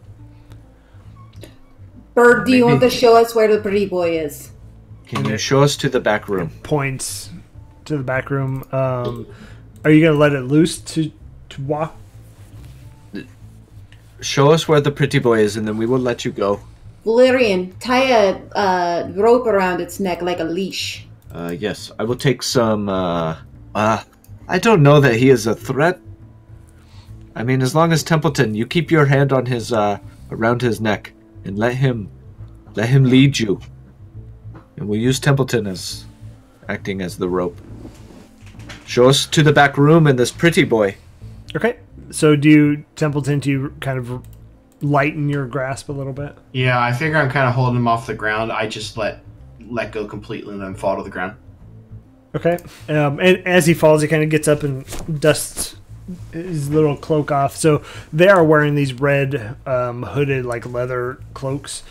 Bird, do you want to show us where the pretty boy is? Can you show us to the back room? Points to the back room. Um, are you gonna let it loose to to walk? Show us where the pretty boy is, and then we will let you go. Valerian, tie a uh, rope around its neck like a leash. Uh, yes, I will take some. Uh, uh, I don't know that he is a threat. I mean, as long as Templeton, you keep your hand on his, uh, around his neck, and let him, let him lead you. And we'll use Templeton as, acting as the rope. Show us to the back room and this pretty boy. Okay. So do you, Templeton? Do you kind of lighten your grasp a little bit? Yeah, I figure I'm kind of holding him off the ground. I just let let go completely and then fall to the ground. Okay. Um, and as he falls, he kind of gets up and dusts his little cloak off. So they are wearing these red um, hooded, like leather cloaks.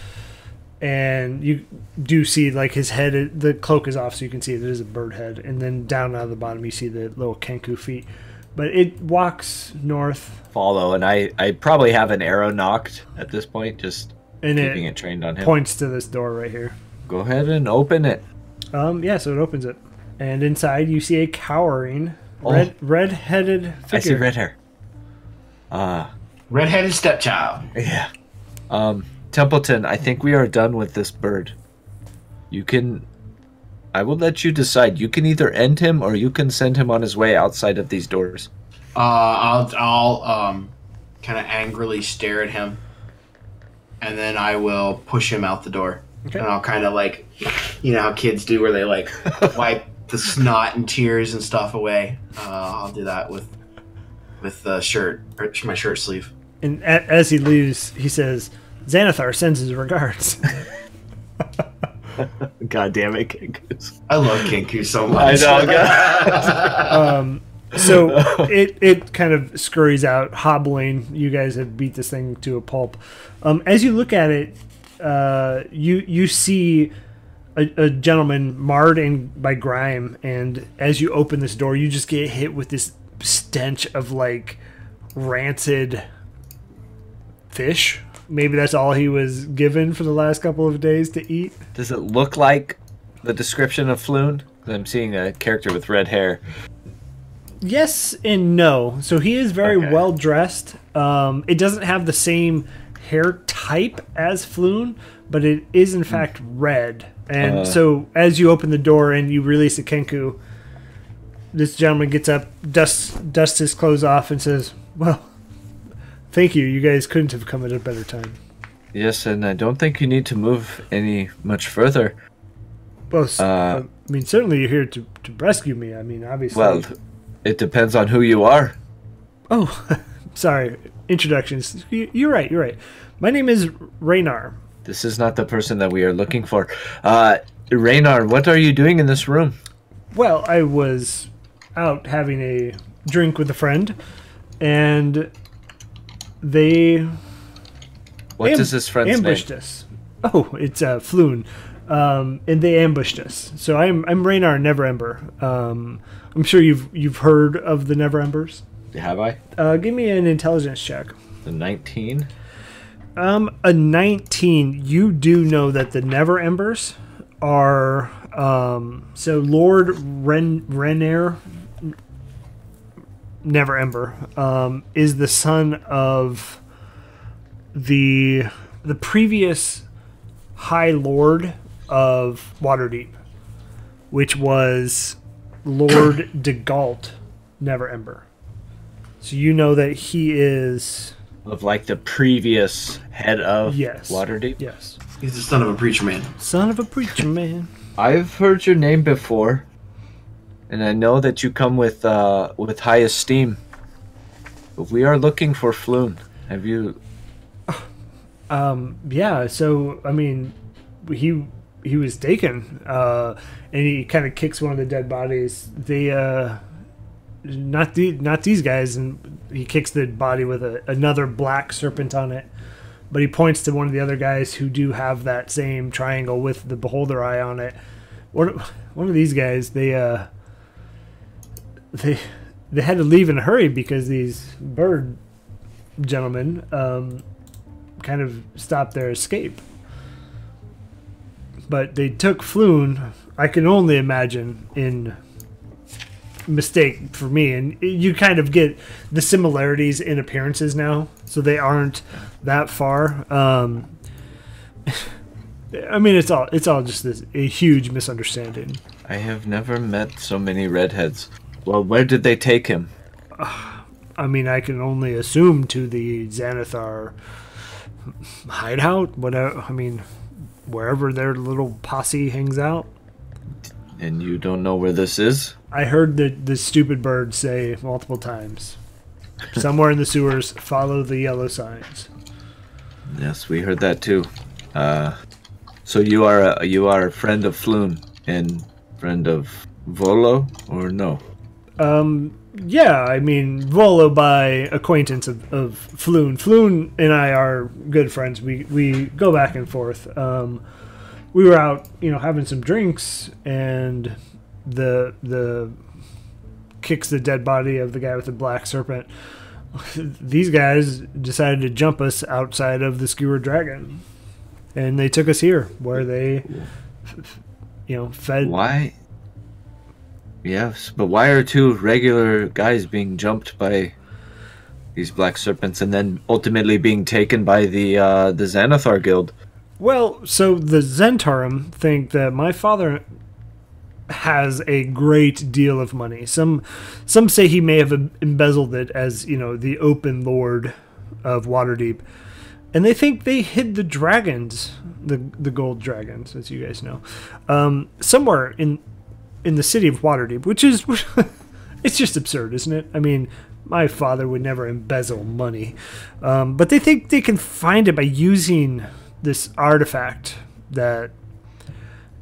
And you do see, like, his head, the cloak is off, so you can see it is a bird head. And then down out of the bottom, you see the little Kenku feet. But it walks north, Follow, and I, I probably have an arrow knocked at this point, just and keeping it, it trained on him. points to this door right here. Go ahead and open it. Um, yeah, so it opens it. And inside, you see a cowering, Oh. red, red-headed figure. I see red hair. Ah. Redheaded stepchild. Yeah. Um, Templeton, I think we are done with this bird. You can. I will let you decide. You can either end him or you can send him on his way outside of these doors. Uh, I'll I'll um, kind of angrily stare at him, and then I will push him out the door. Okay. And I'll kind of like, you know how kids do, where they like wipe the snot and tears and stuff away. Uh, I'll do that with with the shirt or my shirt sleeve. And a- as he leaves, he says, "Xanathar sends his regards." God damn it, *laughs* Kinkus. I love Kinku so much. um, so it it kind of scurries out, hobbling. You guys have beat this thing to a pulp. Um, as you look at it, uh, you you see a, a gentleman marred in by grime, and as you open this door, you just get hit with this stench of like rancid fish. Maybe that's all he was given for the last couple of days to eat. Does it look like the description of Floon? 'Cause I'm seeing a character with red hair. Yes and no. So he is very Okay. well dressed. Um, it doesn't have the same hair type as Floon, but it is in fact red. And Hmm. Uh. so as you open the door and you release the Kenku, this gentleman gets up, dusts dusts his clothes off, and says, "Well, thank you. You guys couldn't have come at a better time." Yes, and I don't think you need to move any much further. Well, s- Uh. I mean, certainly you're here to, to rescue me. I mean, obviously. Well, it depends on who you are. oh, *laughs* sorry. Introductions. You, you're right. You're right. My name is Raynar. This is not the person that we are looking for. Uh, Raynar, what are you doing in this room? Well, I was out having a drink with a friend, and they What am- is this friend's name? ambushed us. Oh, it's uh, Floon. Um, and they ambushed us. So I'm I'm Raynar Never Ember. Um, I'm sure you've you've heard of the Never Embers. Have I? Uh, give me an intelligence check. The 19? Um, a 19, you do know that the Never Embers are. Um, so Lord Ren Renair Never Ember um, is the son of the the previous High Lord of Waterdeep, which was *clears throat* Lord DeGalt Never Ember. So you know that he is Of like the previous head of Yes. Waterdeep? yes. He's the son of a preacher man. Son of a preacher man. I've heard your name before, and I know that you come with uh, with high esteem. But we are looking for Floon. Have you? Um, yeah, so I mean, he he was taken, uh, and he kind of kicks one of the dead bodies. They uh, not the not these guys, and he kicks the body with a, another black serpent on it. But he points to one of the other guys who do have that same triangle with the beholder eye on it. One one of these guys, they uh, they they had to leave in a hurry because these bird gentlemen um, kind of stop their escape. But they took Floon, I can only imagine, in mistake for me. And you kind of get the similarities in appearances now, so they aren't that far. Um, *laughs* I mean, it's all it's all just this, a huge misunderstanding. I have never met so many redheads. Well, where did they take him? I mean, I can only assume to the Xanathar hideout, whatever. I mean, wherever their little posse hangs out. And you don't know where this is? I heard the, the stupid bird say multiple times, somewhere in the sewers, follow the yellow signs. Yes, we heard that too. Uh, so you are a you are a friend of Floon and friend of Volo, or no? Um, yeah, I mean, Volo by acquaintance of, of Floon. Floon and I are good friends. We, we go back and forth. Um, we were out, you know, having some drinks, and the the kicks the dead body of the guy with the black serpent. *laughs* These guys decided to jump us outside of the Skewer Dragon, and they took us here, where they, you know, fed. Why? Yes, but why are two regular guys being jumped by these black serpents and then ultimately being taken by the uh, the Xanathar Guild? Well, so the Zentarum think that my father has a great deal of money. Some some say he may have embezzled it as, you know, the open lord of Waterdeep. And they think they hid the dragons, the the gold dragons, as you guys know, um, somewhere in in the city of Waterdeep, which is *laughs* it's just absurd, isn't it? I mean, my father would never embezzle money, um, but they think they can find it by using this artifact that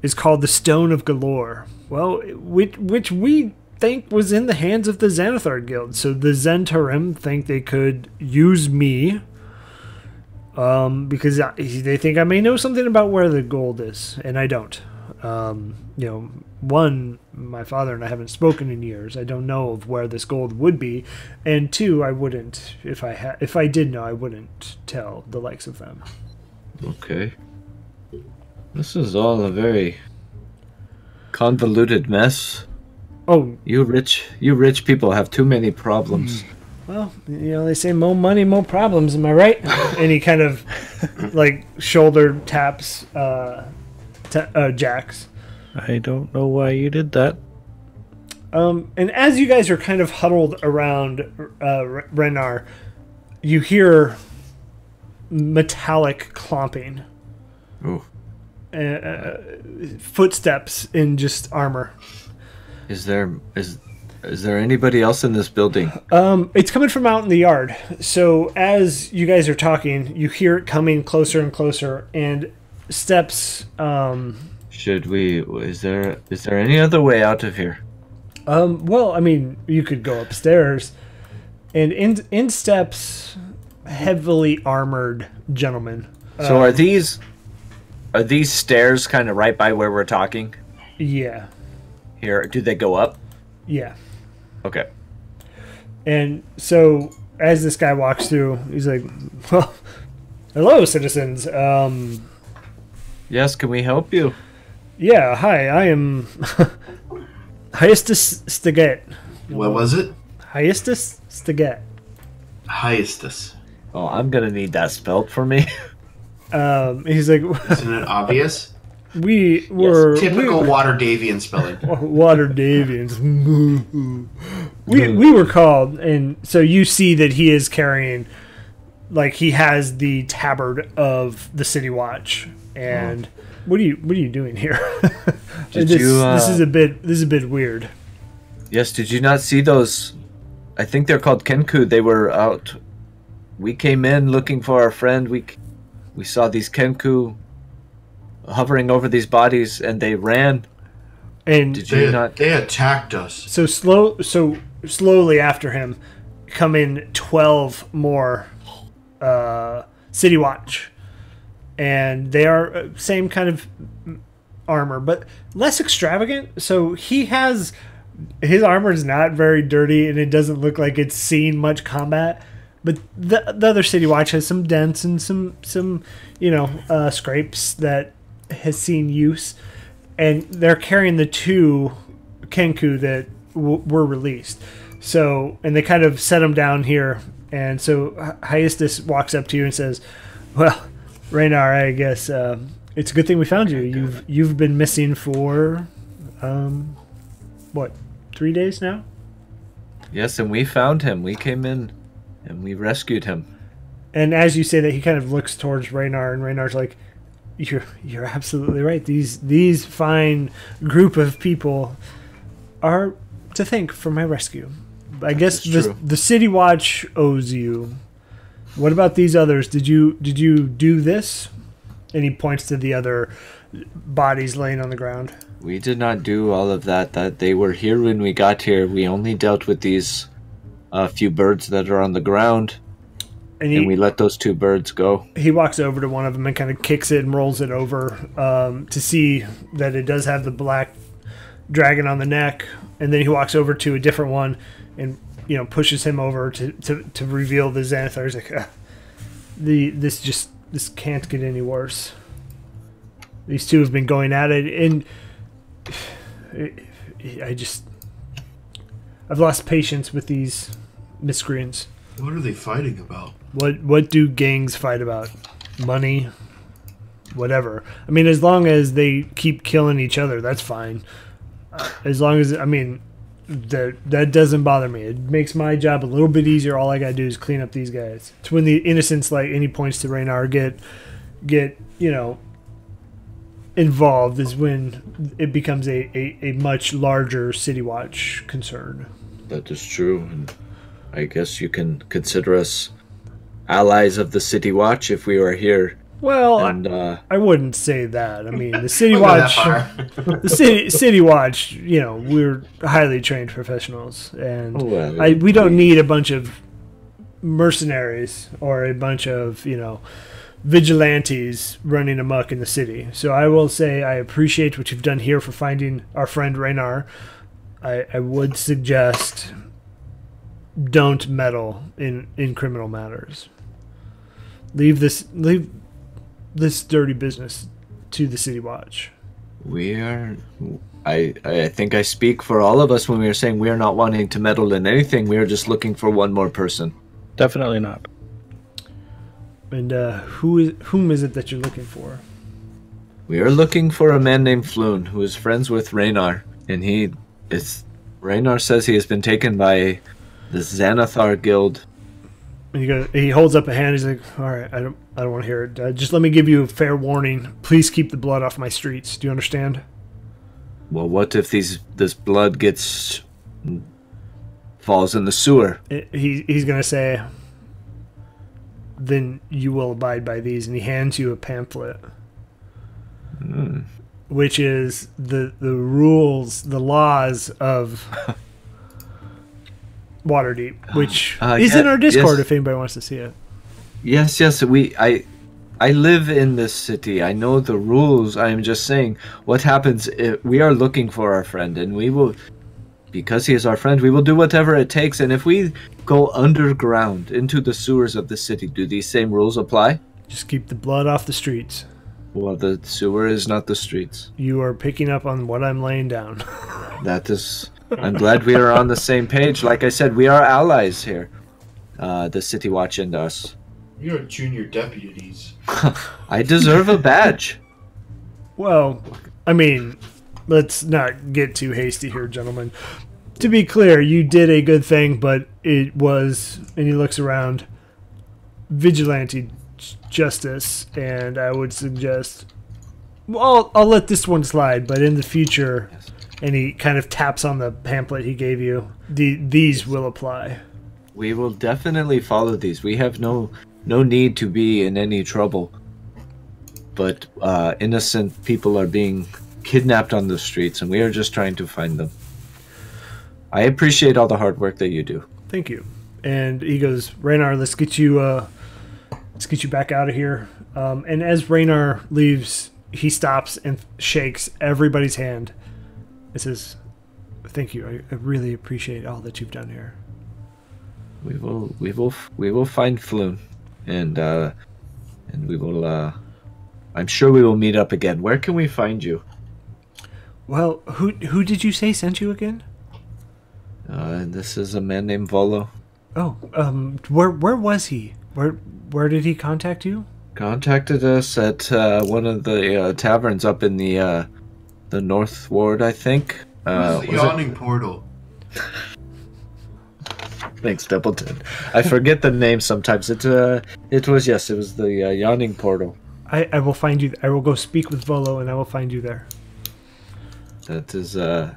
is called the Stone of Galore. Well, which which we think was in the hands of the Xanathar Guild. So the Zentarim think they could use me um, because I, they think I may know something about where the gold is, and I don't. Um, you know, one, my father and I haven't spoken in years. I don't know of where this gold would be, and two, I wouldn't if I ha- if I did know, I wouldn't tell the likes of them. Okay. This is all a very convoluted mess. Oh, You rich, you rich people have too many problems. well, you know, they say more money, more problems. Am I right? and he kind of like shoulder taps uh, ta uh, Jack's. I don't know why you did that. Um, and as you guys are kind of huddled around uh, Re- Renar, you hear metallic clomping, Ooh. uh, uh, footsteps in just armor. Is there is is there anybody else in this building? Um, it's coming from out in the yard. So as you guys are talking, you hear it coming closer and closer, and steps. Um, Should we? Is there is there any other way out of here? Um, well, I mean, you could go upstairs, and in in steps heavily armored gentlemen. um, So are these Are these stairs kind of right by where we're talking Yeah, here? Do they go up? yeah. Okay. And so as this guy walks through, he's like, "Well, hello, citizens. Um, Yes, can we help you? yeah, hi. I am Hyestus Staget. What was it? Hyestus Staget. Hiestus. Oh, I'm gonna need that spelled for me. *laughs* Um, he's like, Isn't it obvious? we were Typical Water *laughs* Davian spelling. water Davians. we we were called, and so you see that he is carrying, like he has the tabard of the City Watch. And what are you what are you doing here? *laughs* Did this, you, uh, this is a bit this is a bit weird. yes, did you not see those? I think they're called Kenku. They were out. We came in looking for our friend. We, c- we saw these Kenku hovering over these bodies, and they ran. And Did you They, not? they attacked us. so slow so slowly after him come in 12 more uh, city watch and they are uh, same kind of armor but less extravagant so he has his armor is not very dirty and it doesn't look like it's seen much combat but the, the other city watch has some dents and some some you know uh, scrapes that has seen use and they're carrying the two Kenku that w- were released. So, and they kind of set them down here. And so Hi- Hyestus walks up to you and says, "Well, Raynar, I guess um it's a good thing we found you. You've you've been missing for, um, what, three days now? Yes, and we found him. We came in, and we rescued him. And as you say that, he kind of looks towards Raynar, and Raynar's like, "You're you're absolutely right. These these fine group of people are to thank for my rescue. I guess That's the true. the City Watch owes you. What about these others? Did you did you do this?" And he points to the other bodies laying on the ground. We did not do all of that. That they were here when we got here. We only dealt with these, uh, few birds that are on the ground, And he, and we let those two birds go. he walks over to one of them and kind of kicks it and rolls it over um, to see that it does have the black dragon on the neck. And then he walks over to a different one and you know pushes him over to, to, to reveal the Xanathar. He's like, "Ugh, the this just this can't get any worse. These two have been going at it, and *sighs* I just I've lost patience with these miscreants. What are they fighting about? What what do gangs fight about? Money, whatever. I mean, as long as they keep killing each other, that's fine. Uh, As long as I mean, that that doesn't bother me. It makes my job a little bit easier. All I gotta do is clean up these guys. It's when the innocents, like any points to Raynar, get get you know involved is when it becomes a, a, a much larger city watch concern. That is true, and I guess you can consider us allies of the City Watch if we were here. Well, And uh, I wouldn't say that. I mean, *laughs* the City Go that Watch, far. the City City Watch, you know, we're highly trained professionals, and Oh, well, I, we don't need a bunch of mercenaries or a bunch of you know vigilantes running amok in the city. So I will say I appreciate what you've done here for finding our friend Raynar. I, I would suggest don't meddle in, in criminal matters. Leave this leave this dirty business to the city watch. we are. I I think I speak for all of us when we are saying we are not wanting to meddle in anything. We are just looking for one more person. Definitely not. And uh, who is whom is it that you're looking for? We are looking for a man named Floon who is friends with Raynar, and he is. Raynar says he has been taken by the Xanathar Guild. And he goes, he holds up a hand. He's like, "All right, I don't, I don't want to hear it. Uh, just let me give you a fair warning. Please keep the blood off my streets. Do you understand? Well, what if these this blood gets falls in the sewer? I- He, he's gonna say, then you will abide by these. And he hands you a pamphlet, Hmm. which is the the rules, the laws of Waterdeep, which Uh, is in yeah, *gasps* our Discord yes. if anybody wants to see it. Yes, yes, we I I live in this city. I know the rules. I am just saying what happens if we are looking for our friend and we will because he is our friend, we will do whatever it takes and if we go underground into the sewers of the city, do these same rules apply? Just keep the blood off the streets. Well, the sewer is not the streets. You are picking up on what I'm laying down. That is. I'm glad we are on the same page. Like I said, we are allies here. Uh, the City Watch and us. *laughs* You're junior deputies. I deserve a badge. Well, I mean, let's not get too hasty here, gentlemen. To be clear, you did a good thing, but it was, and he looks around, vigilante j- justice, and I would suggest. Well, I'll, I'll let this one slide, but in the future, and he kind of taps on the pamphlet he gave you, the, these will apply. We will definitely follow these. We have no no need to be in any trouble. But uh, innocent people are being kidnapped on the streets, and we are just trying to find them. I appreciate all the hard work that you do. Thank you. And he goes, Raynar, let's get you, uh, let's get you back out of here. Um, and as Raynar leaves, he stops and shakes everybody's hand. It says, "Thank you. I, I really appreciate all that you've done here." We will we will we will find Floon, and uh, and we will. Uh, I'm sure we will meet up again. Where can we find you? Well, who who did you say sent you again? Uh, this is a man named Volo. Oh, um, where where was he? Where where did he contact you? contacted us at uh, one of the uh, taverns up in the uh, the North Ward, I think. Uh, This is the was it- yawning portal. Thanks, Templeton. I forget the name sometimes. It uh, it was yes, it was the uh, Yawning Portal. I, I will find you. I will go speak with Volo, and I will find you there. That is uh,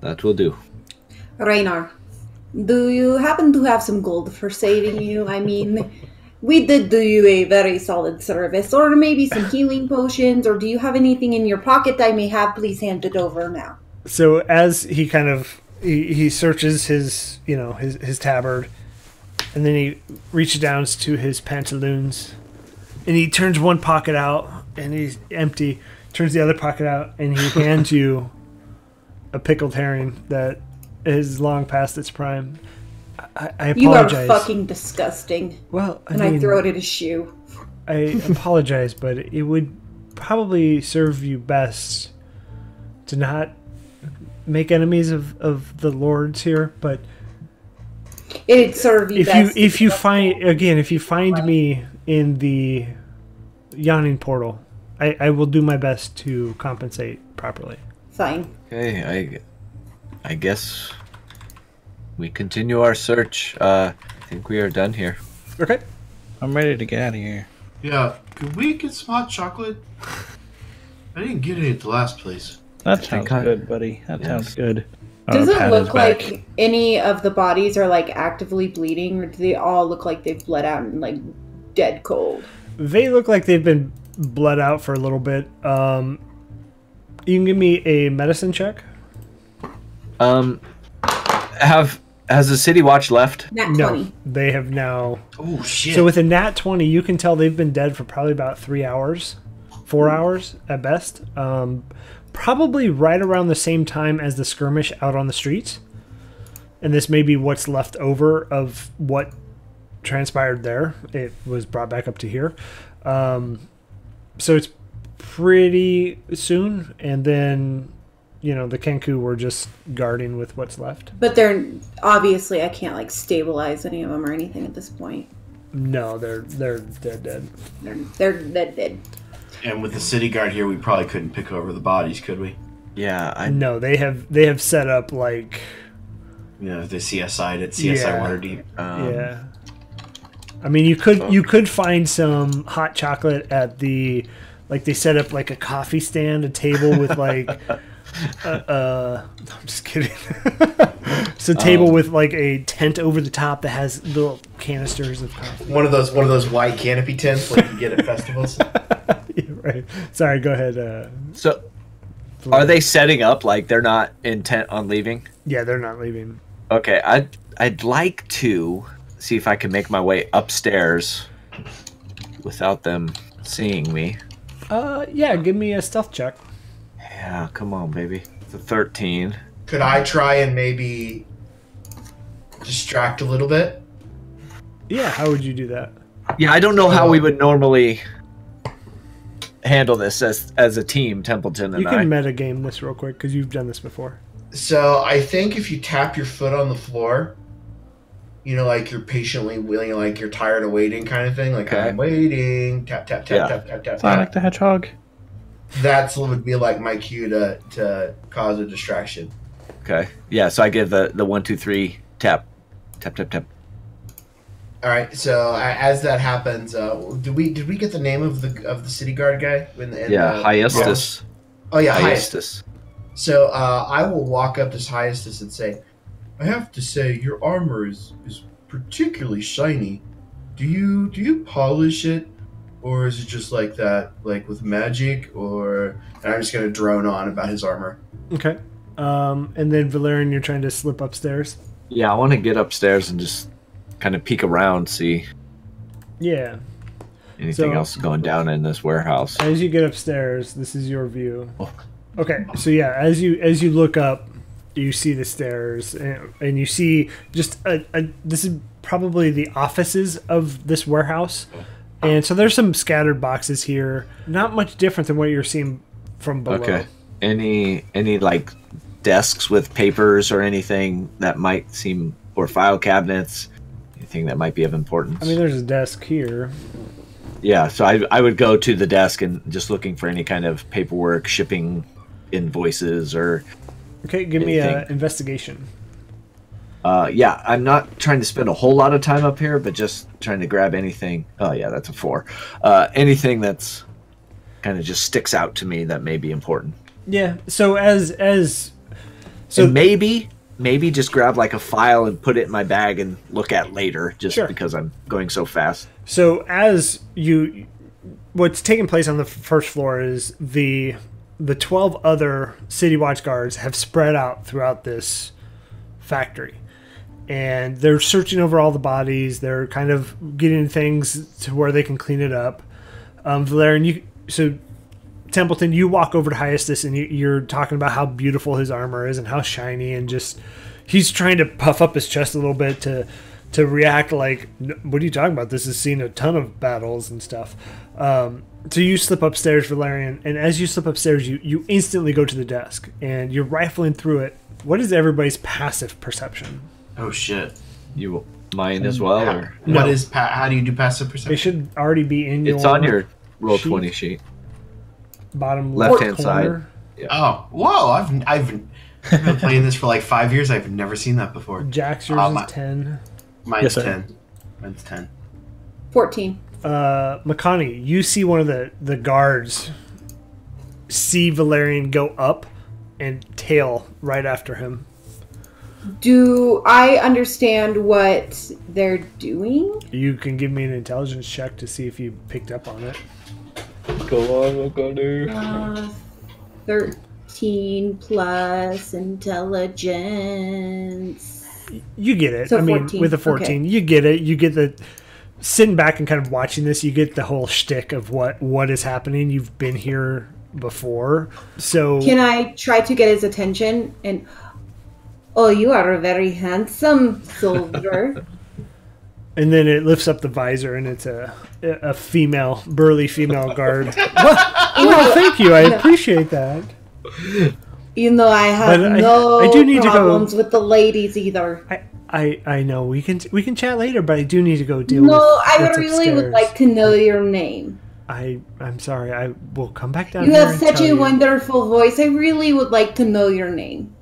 that will do. Rainar, do you happen to have some gold for saving you? I mean, we did do you a very solid service, or maybe some healing potions, or do you have anything in your pocket I may have? Please hand it over now. so as he kind of he, he searches his you know his his tabard and then he reaches down to his pantaloons and he turns one pocket out and he's empty turns the other pocket out and *laughs* he hands you a pickled herring that is long past its prime i, I You are apologize fucking disgusting. well I And mean, I throw it at his shoe. I apologize, but it would probably serve you best to not make enemies of, of the lords here. But It'd serve you if best. you if you find again, if you find me in the yawning portal, I, I will do my best to compensate properly. Fine. Okay, I I guess we continue our search. Uh, I think we are done here. Okay. I'm ready to get out of here. Yeah, could we get some hot chocolate? I didn't get any at the last place. That sounds I- good, buddy. That sounds good. I'm Does gonna it pat look his Oh, back. like any of the bodies are like actively bleeding, or do they all look like they've bled out and like dead cold? They look like they've been bled out for a little bit. Um, you can give me a medicine check. Um, have has the city watch left? Nat No, twenty. they have now Oh shit! So with a nat 20, you can tell they've been dead for probably about three hours, four hours at best. Um, probably right around the same time as the skirmish out on the streets. And this may be what's left over of what transpired there. It was brought back up to here. Um, so it's pretty soon. And then, you know, the Kenku were just guarding with what's left. But they're obviously I can't like stabilize any of them or anything at this point. No, they're they're they're dead. They're they're dead. dead. and with the city guard here, we probably couldn't pick over the bodies, could we? Yeah, I No, they have they have set up like You know, if they CSI'd at CSI Yeah. Waterdeep. um, yeah. I mean, you could you could find some hot chocolate at the like they set up like a coffee stand, a table with *laughs* like uh, uh I'm just kidding. *laughs* it's a table with like a tent over the top that has little canisters of coffee. *laughs* One of those, one of those white canopy tents like you get at *laughs* festivals. Yeah, right. Sorry, go ahead. Uh, So, are they setting up like they're not intent on leaving? yeah, they're not leaving. Okay, I'd I'd like to see if I can make my way upstairs without them seeing me. Uh, yeah, give me a stealth check. Yeah, come on, baby. It's a 13. Could I try and maybe distract a little bit? Yeah, how would you do that? Yeah, I don't know how Um, we would normally handle this as as a team, Templeton and You can I. metagame this real quick because you've done this before. So I think if you tap your foot on the floor, you know, like you're patiently willing, like you're tired of waiting, kind of thing. Like Okay. I'm waiting. Tap tap tap Yeah. tap tap tap. Sonic tap. the Hedgehog. That's what would be like my cue to to cause a distraction. okay. Yeah, so I give the the one two three tap, tap tap tap. All right. So a- as that happens, uh, did we did we get the name of the of the city guard guy? In the, in Yeah, the- Hyestus. Oh yeah, Hyestus. Hyestus. So uh, I will walk up to Hyestus and say, "I have to say, your armor is, is particularly shiny. Do you do you polish it, or is it just like that, like with magic? Or and I'm just gonna drone on about his armor. Okay. Um, and then Valerian, you're trying to slip upstairs. Yeah, I want to get upstairs and just kind of peek around, see Yeah. So- anything else going down in this warehouse. As you get upstairs, this is your view. Oh. Okay, so yeah, as you as you look up, you see the stairs, and, and you see just a, a, this is probably the offices of this warehouse, Oh. and so there's some scattered boxes here. Not much different than what you're seeing from below. Okay. Any any like desks with papers or anything that might seem or file cabinets, anything that might be of importance. I mean, there's a desk here. yeah, so I I would go to the desk and just looking for any kind of paperwork, shipping invoices or Okay, give me an Anything. investigation. uh yeah, I'm not trying to spend a whole lot of time up here, but just trying to grab anything. Oh yeah, that's a 4. Uh anything that's kind of just sticks out to me that may be important. Yeah. So as as So So- maybe, maybe just grab like a file and put it in my bag and look at later, just Sure. because I'm going so fast. So as you, what's taking place on the f- first floor is the the twelve other city watch guards have spread out throughout this factory, and they're searching over all the bodies. They're kind of getting things to where they can clean it up. Um, Valerian, you so Templeton, you walk over to Hyestus and you, you're talking about how beautiful his armor is and how shiny and just he's trying to puff up his chest a little bit to to react like "N- what are you talking about? This has seen a ton of battles and stuff. Um, so you slip upstairs, Valerian, and as you slip upstairs, you you instantly go to the desk and you're rifling through it. What is everybody's passive perception? Oh shit! You mine as well, or No. What is pa- how do you do passive They perception? should already be in your it's on your roll sheet. twenty sheet. bottom left-hand corner. side. Oh, whoa! I've I've, I've been playing this for like five years. I've never seen that before. Jack's yours Um, is ten. Mine's Yes, sir. ten. Mine's ten. 14. uh, Makani, you see one of the, the guards see Valerian go up and tail right after him. Do I understand what they're doing? You can give me an intelligence check to see if you picked up on it. Go on, we'll go do. Uh, 13 plus intelligence. You get it. So I mean, 14, with a 14, you get it. You get the sitting back and kind of watching this, you get the whole shtick of what what is happening. You've been here before. So Can I try to get his attention and Oh, you are a very handsome *laughs* soldier. and then it lifts up the visor and it's a a female, burly female *laughs* guard. well, thank you. I appreciate that. you know I have But I- no I do need to go- problems with the ladies either. I, I I know we can we can chat later, but I do need to go deal with. no, I what's really would upstairs. like to know your name. I I'm sorry. I will come back down. You here have and such tell a you. wonderful voice. I really would like to know your *laughs* name.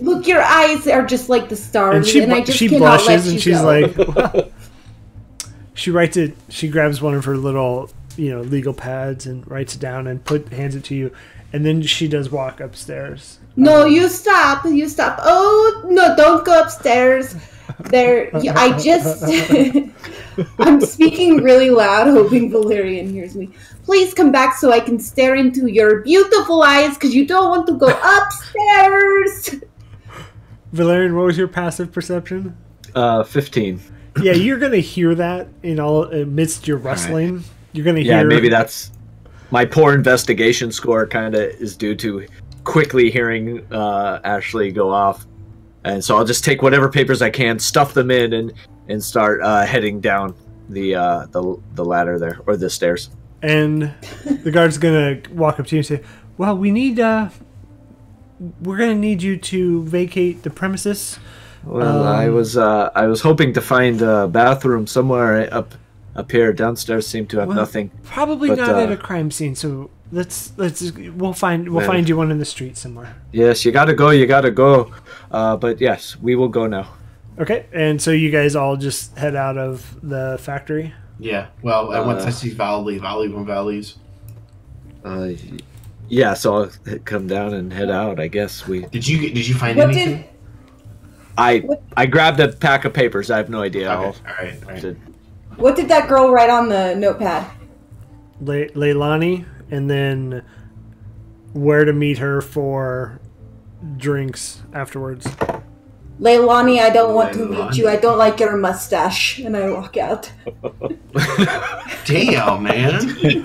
Look, your eyes are just like the stars, And and, she I bl- just she cannot let blushes you and she's go. like. *laughs* *laughs* she writes it. She grabs one of her little you know legal pads and writes it down and put hands it to you, and then she does walk upstairs. "No, you stop, you stop. Oh no, don't go upstairs. There, you- I just, *laughs* I'm speaking really loud, hoping Valerian hears me. Please come back so I can stare into your beautiful eyes, because you don't want to *laughs* go upstairs." Valerian, what was your passive perception? Uh, fifteen. yeah, you're gonna hear that in all amidst your rustling. You're gonna Yeah, hear maybe that's my poor investigation score. Kind of is due to quickly hearing uh, Ashley go off, and so I'll just take whatever papers I can, stuff them in, and and start uh, heading down the uh, the the ladder there or the stairs. and the guard's gonna walk up to you and say, "Well, we need. uh We're gonna need you to vacate the premises. Well, I was uh, I was hoping to find a bathroom somewhere up up here. Downstairs seemed to have Well, nothing. Probably But, not at uh, a crime scene. So let's let's we'll find we'll Yeah. find you one in the street somewhere." Yes, you gotta go. You gotta go. Uh, but yes, we will go now. Okay, and so you guys all just head out of the factory. Yeah. Well, and once Uh. I see Val leave, I'll leave when Val leaves. Uh, yeah, so I'll h- come down and head out. I guess we. Did you Did you find What anything? did I I grabbed a pack of papers. I have no idea. Okay. I'll- All right. All right. did- what did that girl write on the notepad? Le- Leilani, and then where to meet her for drinks afterwards. Leilani, I don't want to meet Leilani. you. I don't like your mustache. And I walk out. Damn, *laughs* man.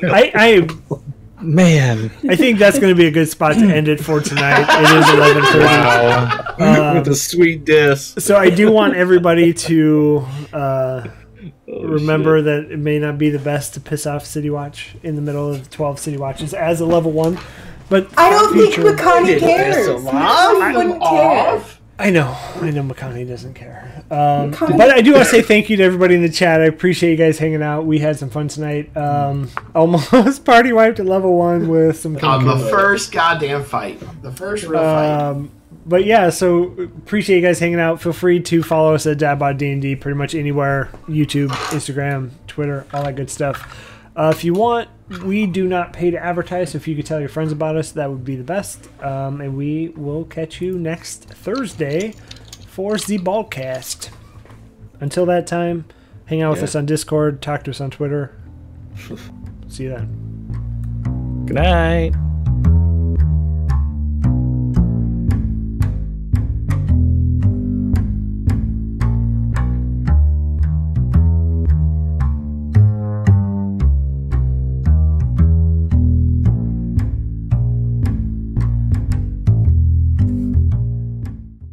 I *laughs* *laughs* Man, I, I think that's going to be a good spot to end it for tonight. It is eleven thirty. Um, with a sweet diss. So I do want everybody to uh, Oh, remember that it may not be the best to piss off City Watch in the middle of twelve City Watches as a level one, but I don't think future- Makani cares. Makani wouldn't care. I know, I know McConaughey doesn't care. Um, McConaughey- but I do want to say thank you to everybody in the chat. I appreciate you guys hanging out. We had some fun tonight. Um, *laughs* almost party wiped at level one with some. On the Kinko. first goddamn fight, the first real fight. Um, but yeah, so appreciate you guys hanging out. Feel free to follow us at Dadbot D&D pretty much anywhere, YouTube, Instagram, Twitter, all that good stuff. Uh, if you want, we do not pay to advertise, so if you could tell your friends about us, that would be the best. Um, and we will catch you next Thursday for the Ballcast. Until that time, hang out with Yeah. us on Discord, talk to us on Twitter. See you then. good night.